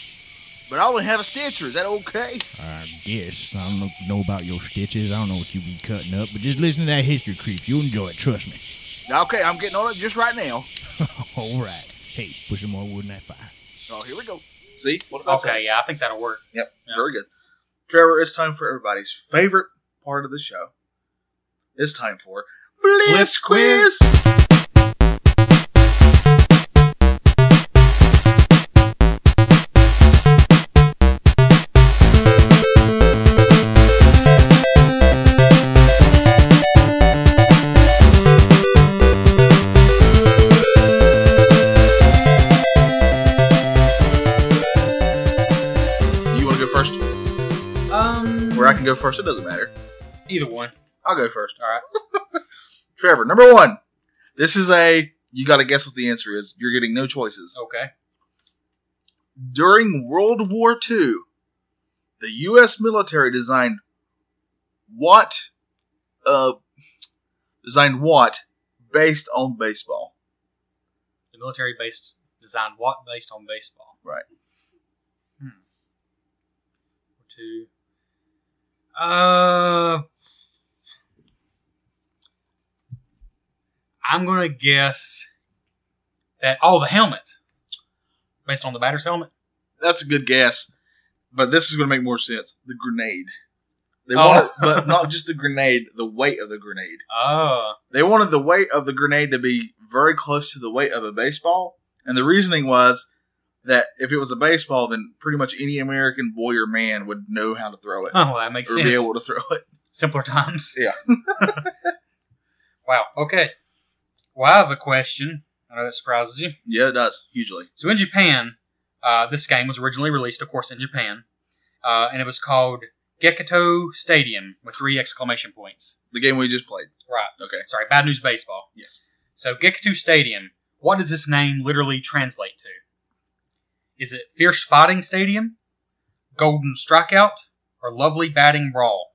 [SPEAKER 2] But I only have a stitcher. Is that okay?
[SPEAKER 4] I guess. Uh, I don't know, know about your stitches. I don't know what you be cutting up, but just listen to that history creep. You'll enjoy it, trust me.
[SPEAKER 2] Okay, I'm getting on it just right now.
[SPEAKER 4] All right. Hey, put some more wood in that fire.
[SPEAKER 2] Oh, here we go. See? What I said?
[SPEAKER 1] Okay, yeah, I think that'll work.
[SPEAKER 2] Yep.
[SPEAKER 1] Yeah.
[SPEAKER 2] Very good. Trevor, it's time for everybody's favorite part of the show. It's time for Bliss,
[SPEAKER 1] Bliss
[SPEAKER 2] Quiz.
[SPEAKER 1] Quiz.
[SPEAKER 2] You want to go first?
[SPEAKER 1] Um,
[SPEAKER 2] Or I can go first. It doesn't matter.
[SPEAKER 1] either one.
[SPEAKER 2] I'll go first.
[SPEAKER 1] All right.
[SPEAKER 2] Trevor, number one. This is a. You got to guess what the answer is. You're getting no choices.
[SPEAKER 1] Okay.
[SPEAKER 2] During World War II, the U.S. military designed what? Uh, designed what based on baseball?
[SPEAKER 1] The military based designed what based on baseball?
[SPEAKER 2] Right.
[SPEAKER 1] Hmm. Two. Uh, I'm gonna guess that oh the helmet, based on the batter's helmet.
[SPEAKER 2] That's a good guess, but this is going to make more sense. The grenade. They
[SPEAKER 1] Oh.
[SPEAKER 2] wanted, but not just the grenade. The weight of the grenade.
[SPEAKER 1] Oh,
[SPEAKER 2] They wanted the weight of the grenade to be very close to the weight of a baseball, and the reasoning was that if it was a baseball, then pretty much any American boy or man would know how to throw it
[SPEAKER 1] well, that makes
[SPEAKER 2] or
[SPEAKER 1] sense.
[SPEAKER 2] be able to throw it.
[SPEAKER 1] Simpler times.
[SPEAKER 2] Yeah.
[SPEAKER 1] wow. Okay. Well, I have a question. I know that surprises you.
[SPEAKER 2] Yeah, it does hugely.
[SPEAKER 1] So in Japan, uh, this game was originally released, of course, in Japan, uh, and it was called Gekkito Stadium with three exclamation points.
[SPEAKER 2] The game we just played.
[SPEAKER 1] Right.
[SPEAKER 2] Okay.
[SPEAKER 1] Sorry, Bad News Baseball.
[SPEAKER 2] Yes.
[SPEAKER 1] So Gekkito Stadium. What does this name literally translate to? Is it Fierce Fighting Stadium, Golden Strikeout, or Lovely Batting Brawl?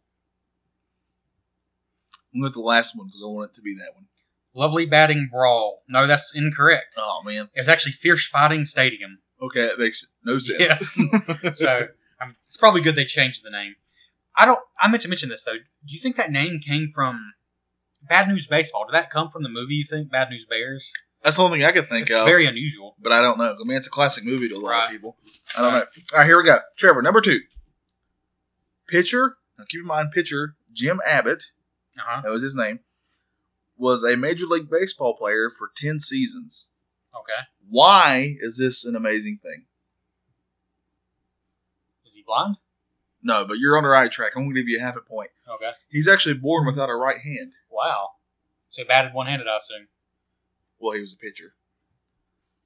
[SPEAKER 2] I'm going with the last one because I want it to be that one.
[SPEAKER 1] Lovely Batting Brawl. No, that's incorrect.
[SPEAKER 2] Oh man.
[SPEAKER 1] It was actually Fierce Fighting Stadium.
[SPEAKER 2] Okay, that makes no sense.
[SPEAKER 1] Yes. so um, it's probably good they changed the name. I don't. I meant to mention this though. Do you think that name came from Bad News Baseball? Did that come from the movie? You think Bad News Bears?
[SPEAKER 2] That's the only thing I could think
[SPEAKER 1] It's
[SPEAKER 2] of.
[SPEAKER 1] very unusual.
[SPEAKER 2] but I don't know. I mean, it's a classic movie to a lot of
[SPEAKER 1] Right.
[SPEAKER 2] people. I don't know. All right, here we go. Trevor, number two. Pitcher, now keep in mind, pitcher Jim Abbott,
[SPEAKER 1] Uh huh.
[SPEAKER 2] that was his name, was a Major League Baseball player for 10 seasons.
[SPEAKER 1] Okay.
[SPEAKER 2] Why is this an amazing thing?
[SPEAKER 1] Is he blind?
[SPEAKER 2] No, but you're on the right track. I'm going to give you half a point.
[SPEAKER 1] Okay.
[SPEAKER 2] He's actually born without a right hand.
[SPEAKER 1] Wow. So he batted one handed, I assume.
[SPEAKER 2] Well, he was a pitcher.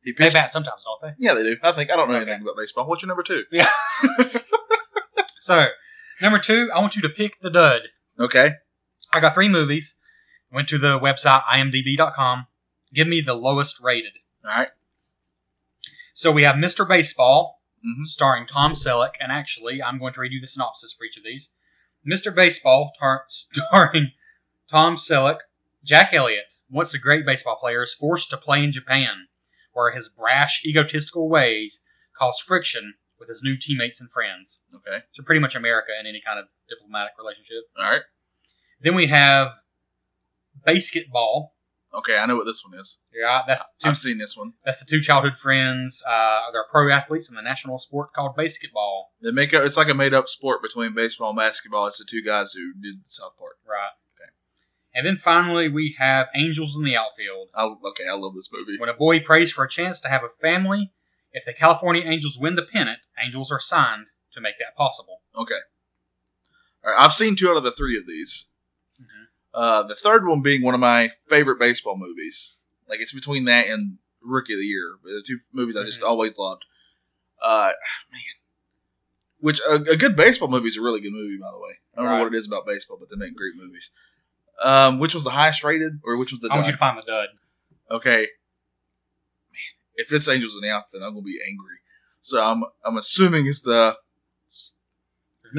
[SPEAKER 2] He
[SPEAKER 1] They
[SPEAKER 2] pitched.
[SPEAKER 1] bat sometimes, don't they?
[SPEAKER 2] Yeah, they do. I think. I don't know anything
[SPEAKER 1] Okay.
[SPEAKER 2] about baseball. What's your number two?
[SPEAKER 1] So number two, I want you to pick the dud.
[SPEAKER 2] Okay.
[SPEAKER 1] I got three movies. Went to the website imdb.com. Give me the lowest rated.
[SPEAKER 2] All right.
[SPEAKER 1] So we have Mr. Baseball,
[SPEAKER 2] Mhm.
[SPEAKER 1] starring Tom Selleck, and actually, I'm going to read you the synopsis for each of these. Mr. Baseball, tar- starring Tom Selleck, Jack Elliott, once a great baseball player, is forced to play in Japan, where his brash, egotistical ways cause friction with his new teammates and friends.
[SPEAKER 2] Okay.
[SPEAKER 1] So pretty much America in any kind of diplomatic relationship.
[SPEAKER 2] All right.
[SPEAKER 1] Then we have Basketball.
[SPEAKER 2] Okay. I know what this one is.
[SPEAKER 1] Yeah, that's two
[SPEAKER 2] I've seen this one.
[SPEAKER 1] That's the two childhood friends. Uh, they're pro athletes in the national sport called basketball.
[SPEAKER 2] They make up. It's like a made up sport between baseball and basketball. It's the two guys who did South Park.
[SPEAKER 1] Right.
[SPEAKER 2] Okay.
[SPEAKER 1] And then finally, we have Angels in the Outfield.
[SPEAKER 2] I, okay, I love this movie.
[SPEAKER 1] When a boy prays for a chance to have a family, if the California Angels win the pennant, angels are signed to make that possible.
[SPEAKER 2] Okay. All right, I've seen two out of the three of these.
[SPEAKER 1] Mhm.
[SPEAKER 2] Uh, the third one being one of my favorite baseball movies. Like it's between that and Rookie of the Year. But The two movies I just
[SPEAKER 1] Mhm.
[SPEAKER 2] always loved. Uh, man, which a, a good baseball movie is a really good movie, by the way. I don't know what
[SPEAKER 1] Right.
[SPEAKER 2] it is about baseball, but they make great movies. Um, which was the highest rated, or which was the?
[SPEAKER 1] I want
[SPEAKER 2] dud?
[SPEAKER 1] you to find the dud.
[SPEAKER 2] okay, man, if it's Angels in the Outfit, I'm gonna be angry. So I'm I'm assuming it's the
[SPEAKER 1] There's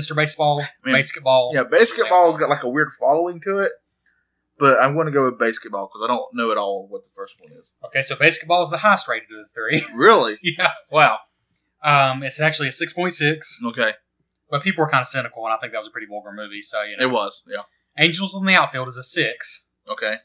[SPEAKER 1] Mr. Baseball,
[SPEAKER 2] Man,
[SPEAKER 1] basketball.
[SPEAKER 2] yeah basketball's got like a weird following to it, but I'm gonna go with basketball because I don't know at all what the first one is.
[SPEAKER 1] Okay, so basketball is the highest rated of the three.
[SPEAKER 2] Really?
[SPEAKER 1] yeah.
[SPEAKER 2] Wow.
[SPEAKER 1] Um, it's actually a six point six,
[SPEAKER 2] Okay,
[SPEAKER 1] but people were kind of cynical, and I think that was a pretty vulgar movie. So you know,
[SPEAKER 2] it was. Yeah.
[SPEAKER 1] Angels in the Outfield is a six,
[SPEAKER 2] Okay,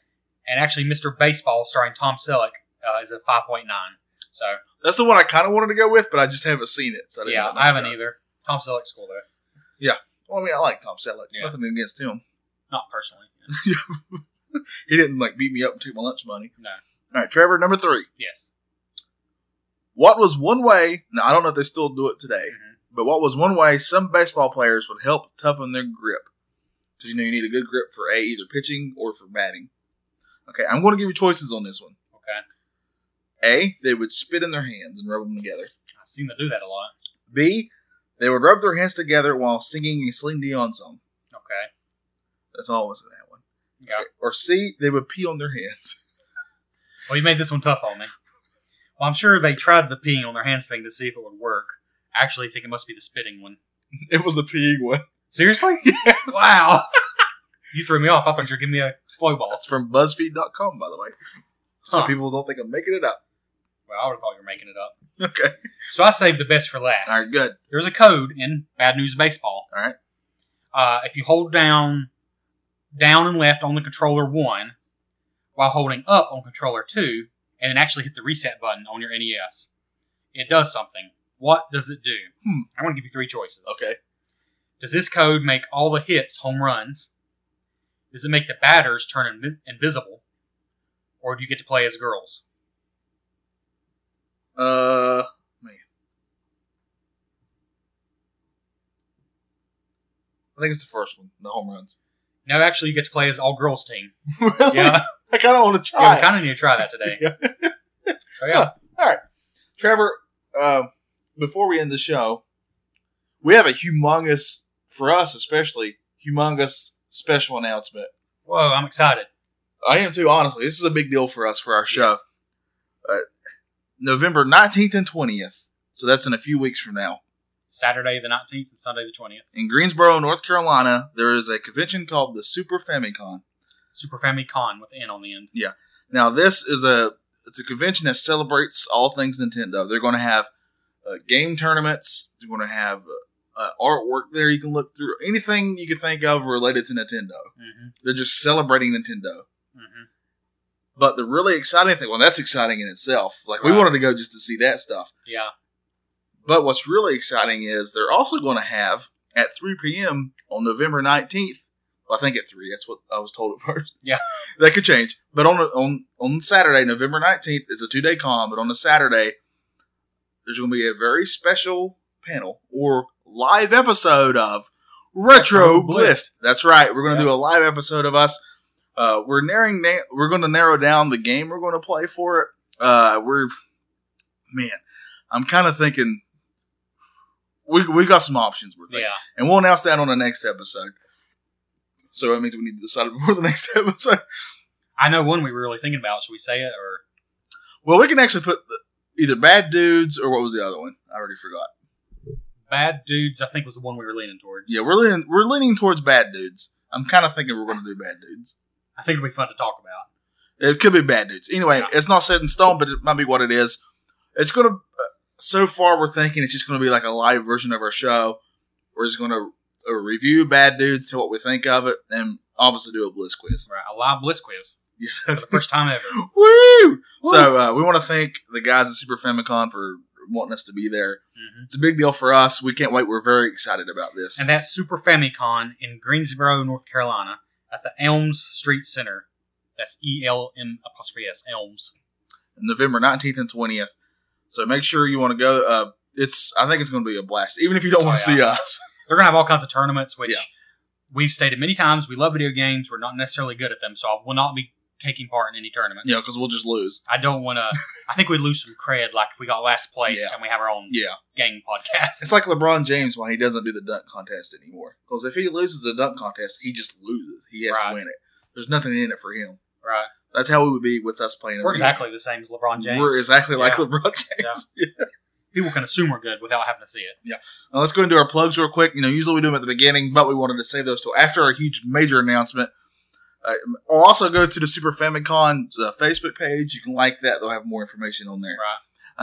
[SPEAKER 1] and actually Mr. Baseball starring Tom Selleck uh, is a five point nine. So
[SPEAKER 2] that's the one I kind of wanted to go with, but I just haven't seen it. So I didn't
[SPEAKER 1] yeah,
[SPEAKER 2] know much
[SPEAKER 1] I haven't
[SPEAKER 2] about it.
[SPEAKER 1] either. Tom Selleck's cool though,
[SPEAKER 2] Well, I mean, I like Tom Selleck.
[SPEAKER 1] Yeah.
[SPEAKER 2] Nothing against him.
[SPEAKER 1] not personally.
[SPEAKER 2] He didn't like beat me up and take my lunch money.
[SPEAKER 1] No.
[SPEAKER 2] All right, Trevor, number three.
[SPEAKER 1] yes,
[SPEAKER 2] What was one way? Now I don't know if they still do it today,
[SPEAKER 1] Mhm.
[SPEAKER 2] but what was one way some baseball players would help toughen their grip? Because you know you need a good grip for a either pitching or for batting. Okay, I'm going to give you choices on this one.
[SPEAKER 1] okay,
[SPEAKER 2] A, they would spit in their hands and rub them together.
[SPEAKER 1] I've seen them do that a lot.
[SPEAKER 2] B, they would rub their hands together while singing a Celine Dion song.
[SPEAKER 1] Okay,
[SPEAKER 2] That's always in that one.
[SPEAKER 1] yeah.
[SPEAKER 2] Or C, they would pee on their hands.
[SPEAKER 1] Well, you made this one tough on me. Well, I'm sure they tried the peeing on their hands thing to see if it would work. Actually, I think it must be the spitting one.
[SPEAKER 2] It was the peeing one.
[SPEAKER 1] Seriously? Wow. you threw me off. I thought you were giving me a slow ball.
[SPEAKER 2] That's from BuzzFeed.com, by the way. So
[SPEAKER 1] Huh.
[SPEAKER 2] people don't think I'm making it up.
[SPEAKER 1] Well, I would have thought you were making it up.
[SPEAKER 2] Okay.
[SPEAKER 1] So I saved the best for last.
[SPEAKER 2] All right, good.
[SPEAKER 1] There's a code in Bad News Baseball.
[SPEAKER 2] All right.
[SPEAKER 1] Uh, if you hold down, down and left on the controller one, while holding up on controller two, and then actually hit the reset button on your NES, it does something. What does it do?
[SPEAKER 2] Hmm.
[SPEAKER 1] I'm going to give you three choices.
[SPEAKER 2] Okay.
[SPEAKER 1] Does this code make all the hits home runs? Does it make the batters turn invi- invisible? Or do you get to play as girls?
[SPEAKER 2] Uh, man. I think it's the first one, the home runs.
[SPEAKER 1] No, actually, you get to play as all girls team.
[SPEAKER 2] really?
[SPEAKER 1] Yeah,
[SPEAKER 2] I kind of want to
[SPEAKER 1] yeah
[SPEAKER 2] try.
[SPEAKER 1] we kind of need to try that today. So yeah,
[SPEAKER 2] Huh. Trevor, uh, before we end the show, we have a humongous, for us especially, humongous special announcement.
[SPEAKER 1] whoa, I'm excited.
[SPEAKER 2] I am too, honestly. This is a big deal for us for our show.
[SPEAKER 1] Yes.
[SPEAKER 2] Uh, November 19th and 20th. So that's in a few weeks from now.
[SPEAKER 1] Saturday the 19th and Sunday the 20th.
[SPEAKER 2] In Greensboro, North Carolina, there is a convention called the Super Famicon.
[SPEAKER 1] Super Family Con with N on the end.
[SPEAKER 2] Now, this is a it's a convention that celebrates all things Nintendo. They're going to have uh, game tournaments. They're going to have uh, uh, artwork there you can look through. Anything you can think of related to Nintendo.
[SPEAKER 1] hmm
[SPEAKER 2] They're just celebrating Nintendo. Mm-hmm.
[SPEAKER 1] hmm
[SPEAKER 2] But the really exciting thing, well, that's exciting in itself. Like we
[SPEAKER 1] Right.
[SPEAKER 2] wanted to go just to see that stuff.
[SPEAKER 1] Yeah.
[SPEAKER 2] But what's really exciting is they're also going to have at 3 p.m. on November 19th. Well, I think at three. That's what I was told at first.
[SPEAKER 1] Yeah.
[SPEAKER 2] that could change. But on on on Saturday, November 19th is a two day con. But on the Saturday, there's going to be a very special panel or live episode of Retro
[SPEAKER 1] Retro
[SPEAKER 2] Bliss.
[SPEAKER 1] Bliss.
[SPEAKER 2] That's right. We're going to
[SPEAKER 1] Yeah.
[SPEAKER 2] do a live episode of us. Uh, we're narrowing. Na- we're going to narrow down the game we're going to play for it. Uh, we're man. I'm kind of thinking we we got some options we're thinking,
[SPEAKER 1] Yeah.
[SPEAKER 2] and we'll announce that on the next episode. So that means we need to decide before the next episode.
[SPEAKER 1] I know one we were really thinking about. Should we say it or?
[SPEAKER 2] Well, we can actually put the, either bad dudes or what was the other one? I already forgot.
[SPEAKER 1] Bad Dudes, I think, was the one we were leaning towards.
[SPEAKER 2] Yeah, we're leaning, we're leaning towards bad dudes. I'm kind of thinking we're going to do bad dudes.
[SPEAKER 1] I think it'll be fun to talk about.
[SPEAKER 2] It could be bad dudes. Anyway,
[SPEAKER 1] Yeah.
[SPEAKER 2] it's not set in stone, but it might be what it is. It's going to. Uh, so far, we're thinking it's just going to be like a live version of our show. We're just going to uh, review bad dudes, tell what we think of it, and obviously do a bliss quiz.
[SPEAKER 1] Right, a live Bliss quiz
[SPEAKER 2] Yeah.
[SPEAKER 1] for the first time ever.
[SPEAKER 2] Woo! So uh, we want to thank the guys at Super Famicom for wanting us to be there.
[SPEAKER 1] hmm
[SPEAKER 2] It's a big deal for us. We can't wait. We're very excited about this.
[SPEAKER 1] And that's Super Famicon in Greensboro, North Carolina, at the Elms Street Center. That's E L M apostrophe S Elms.
[SPEAKER 2] November nineteenth and twentieth. So make sure you want to go. Uh, it's I think it's going to be a blast, even if you don't
[SPEAKER 1] Oh,
[SPEAKER 2] want to
[SPEAKER 1] yeah.
[SPEAKER 2] see us.
[SPEAKER 1] They're gonna have all kinds of tournaments, which
[SPEAKER 2] Yeah.
[SPEAKER 1] we've stated many times. We love video games. We're not necessarily good at them, so I will not be taking part in any tournaments.
[SPEAKER 2] you know, because we'll just lose.
[SPEAKER 1] I don't want to. I think we lose some cred, like if we got last place
[SPEAKER 2] Yeah.
[SPEAKER 1] and we have our own
[SPEAKER 2] Yeah,
[SPEAKER 1] game podcast.
[SPEAKER 2] it's like LeBron James why he doesn't do the dunk contest anymore. Because if he loses the dunk contest, he just loses. He has to
[SPEAKER 1] Right.
[SPEAKER 2] win it. There's nothing in it for him.
[SPEAKER 1] right?
[SPEAKER 2] That's how it would be with us playing. a
[SPEAKER 1] We're
[SPEAKER 2] video game.
[SPEAKER 1] exactly the same as LeBron James.
[SPEAKER 2] We're exactly like
[SPEAKER 1] Yeah.
[SPEAKER 2] LeBron James.
[SPEAKER 1] People can assume we're good without having to see it.
[SPEAKER 2] Now, let's go into our plugs real quick. You know, usually we do them at the beginning, but we wanted to save those till after our huge major announcement. Uh, I'll also go to the Super Famicon's uh, Facebook page. You can like that; they'll have more information on there.
[SPEAKER 1] Right.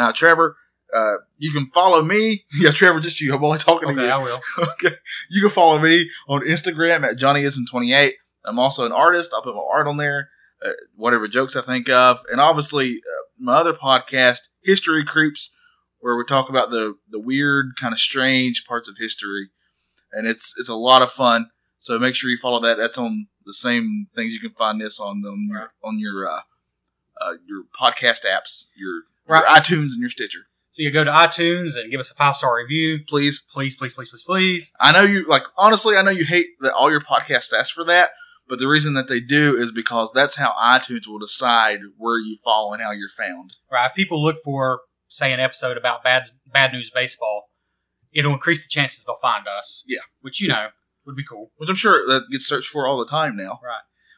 [SPEAKER 2] Uh, Trevor, Uh, you can follow me. Yeah, Trevor, just you. I'm only talking to
[SPEAKER 1] Okay,
[SPEAKER 2] you.
[SPEAKER 1] I will.
[SPEAKER 2] okay. You can follow me on Instagram at JohnnyIsn28. I'm also an artist. I'll put my art on there, uh, whatever jokes I think of. And obviously, uh, my other podcast, History Creeps, where we talk about the, the weird, kind of strange parts of history. And it's it's a lot of fun. So make sure you follow that. That's on the same things you can find this on on your on your uh, uh, your podcast apps, your, your
[SPEAKER 1] Right.
[SPEAKER 2] iTunes and your Stitcher.
[SPEAKER 1] So you go to iTunes and give us a five star review.
[SPEAKER 2] Please
[SPEAKER 1] Please, please, please, please, please.
[SPEAKER 2] I know you like honestly. I know you hate that all your podcasts ask for that, but the reason that they do is because that's how iTunes will decide where you fall and how you're found.
[SPEAKER 1] Right? If people look for, say, an episode about bad bad news baseball, it'll increase the chances they'll find us.
[SPEAKER 2] Yeah.
[SPEAKER 1] Which you know would be cool.
[SPEAKER 2] Which I'm sure that gets searched for all the time now.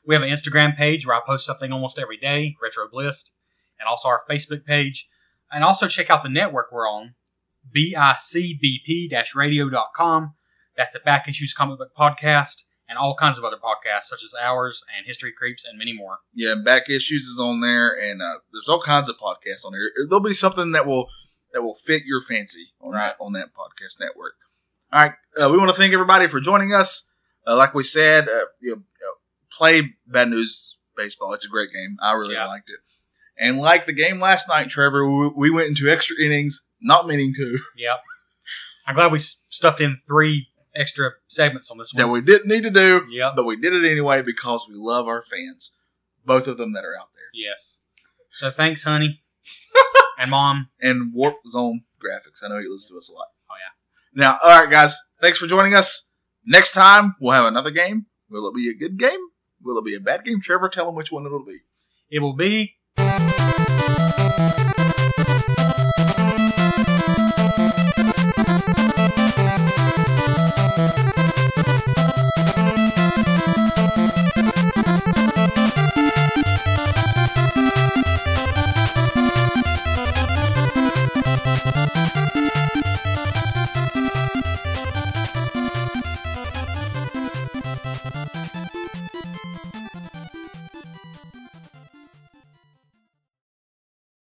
[SPEAKER 1] We have an Instagram page where I post something almost every day, Retro Blist, and also our Facebook page. And also check out the network we're on, bicbp radio.com. That's the Back Issues Comic Book Podcast, and all kinds of other podcasts, such as ours and History Creeps, and many more.
[SPEAKER 2] Yeah, and back issues is on there, and uh, there's all kinds of podcasts on there. There'll be something that will that will fit your fancy on
[SPEAKER 1] Right.
[SPEAKER 2] that on that podcast network. All right, uh, we want to thank everybody for joining us. Uh, like we said, uh, you know, uh, play Bad News Baseball. It's a great game. I really
[SPEAKER 1] Yeah.
[SPEAKER 2] liked it. And like the game last night, Trevor, we, we went into extra innings, not meaning to,
[SPEAKER 1] Yep. I'm glad we s- stuffed in three extra segments on this
[SPEAKER 2] that
[SPEAKER 1] one.
[SPEAKER 2] we didn't need to do,
[SPEAKER 1] yep.
[SPEAKER 2] but we did it anyway because we love our fans, both of them that are out there.
[SPEAKER 1] Yes. So thanks, honey, and mom.
[SPEAKER 2] and Warp Zone graphics. I know you listen to us a lot.
[SPEAKER 1] Oh,
[SPEAKER 2] yeah. Now, all right, guys. Thanks for joining us. Next time we'll have another game. Will it be a good game? Will it be a bad game? Trevor, tell them which one it'll be.
[SPEAKER 1] It will be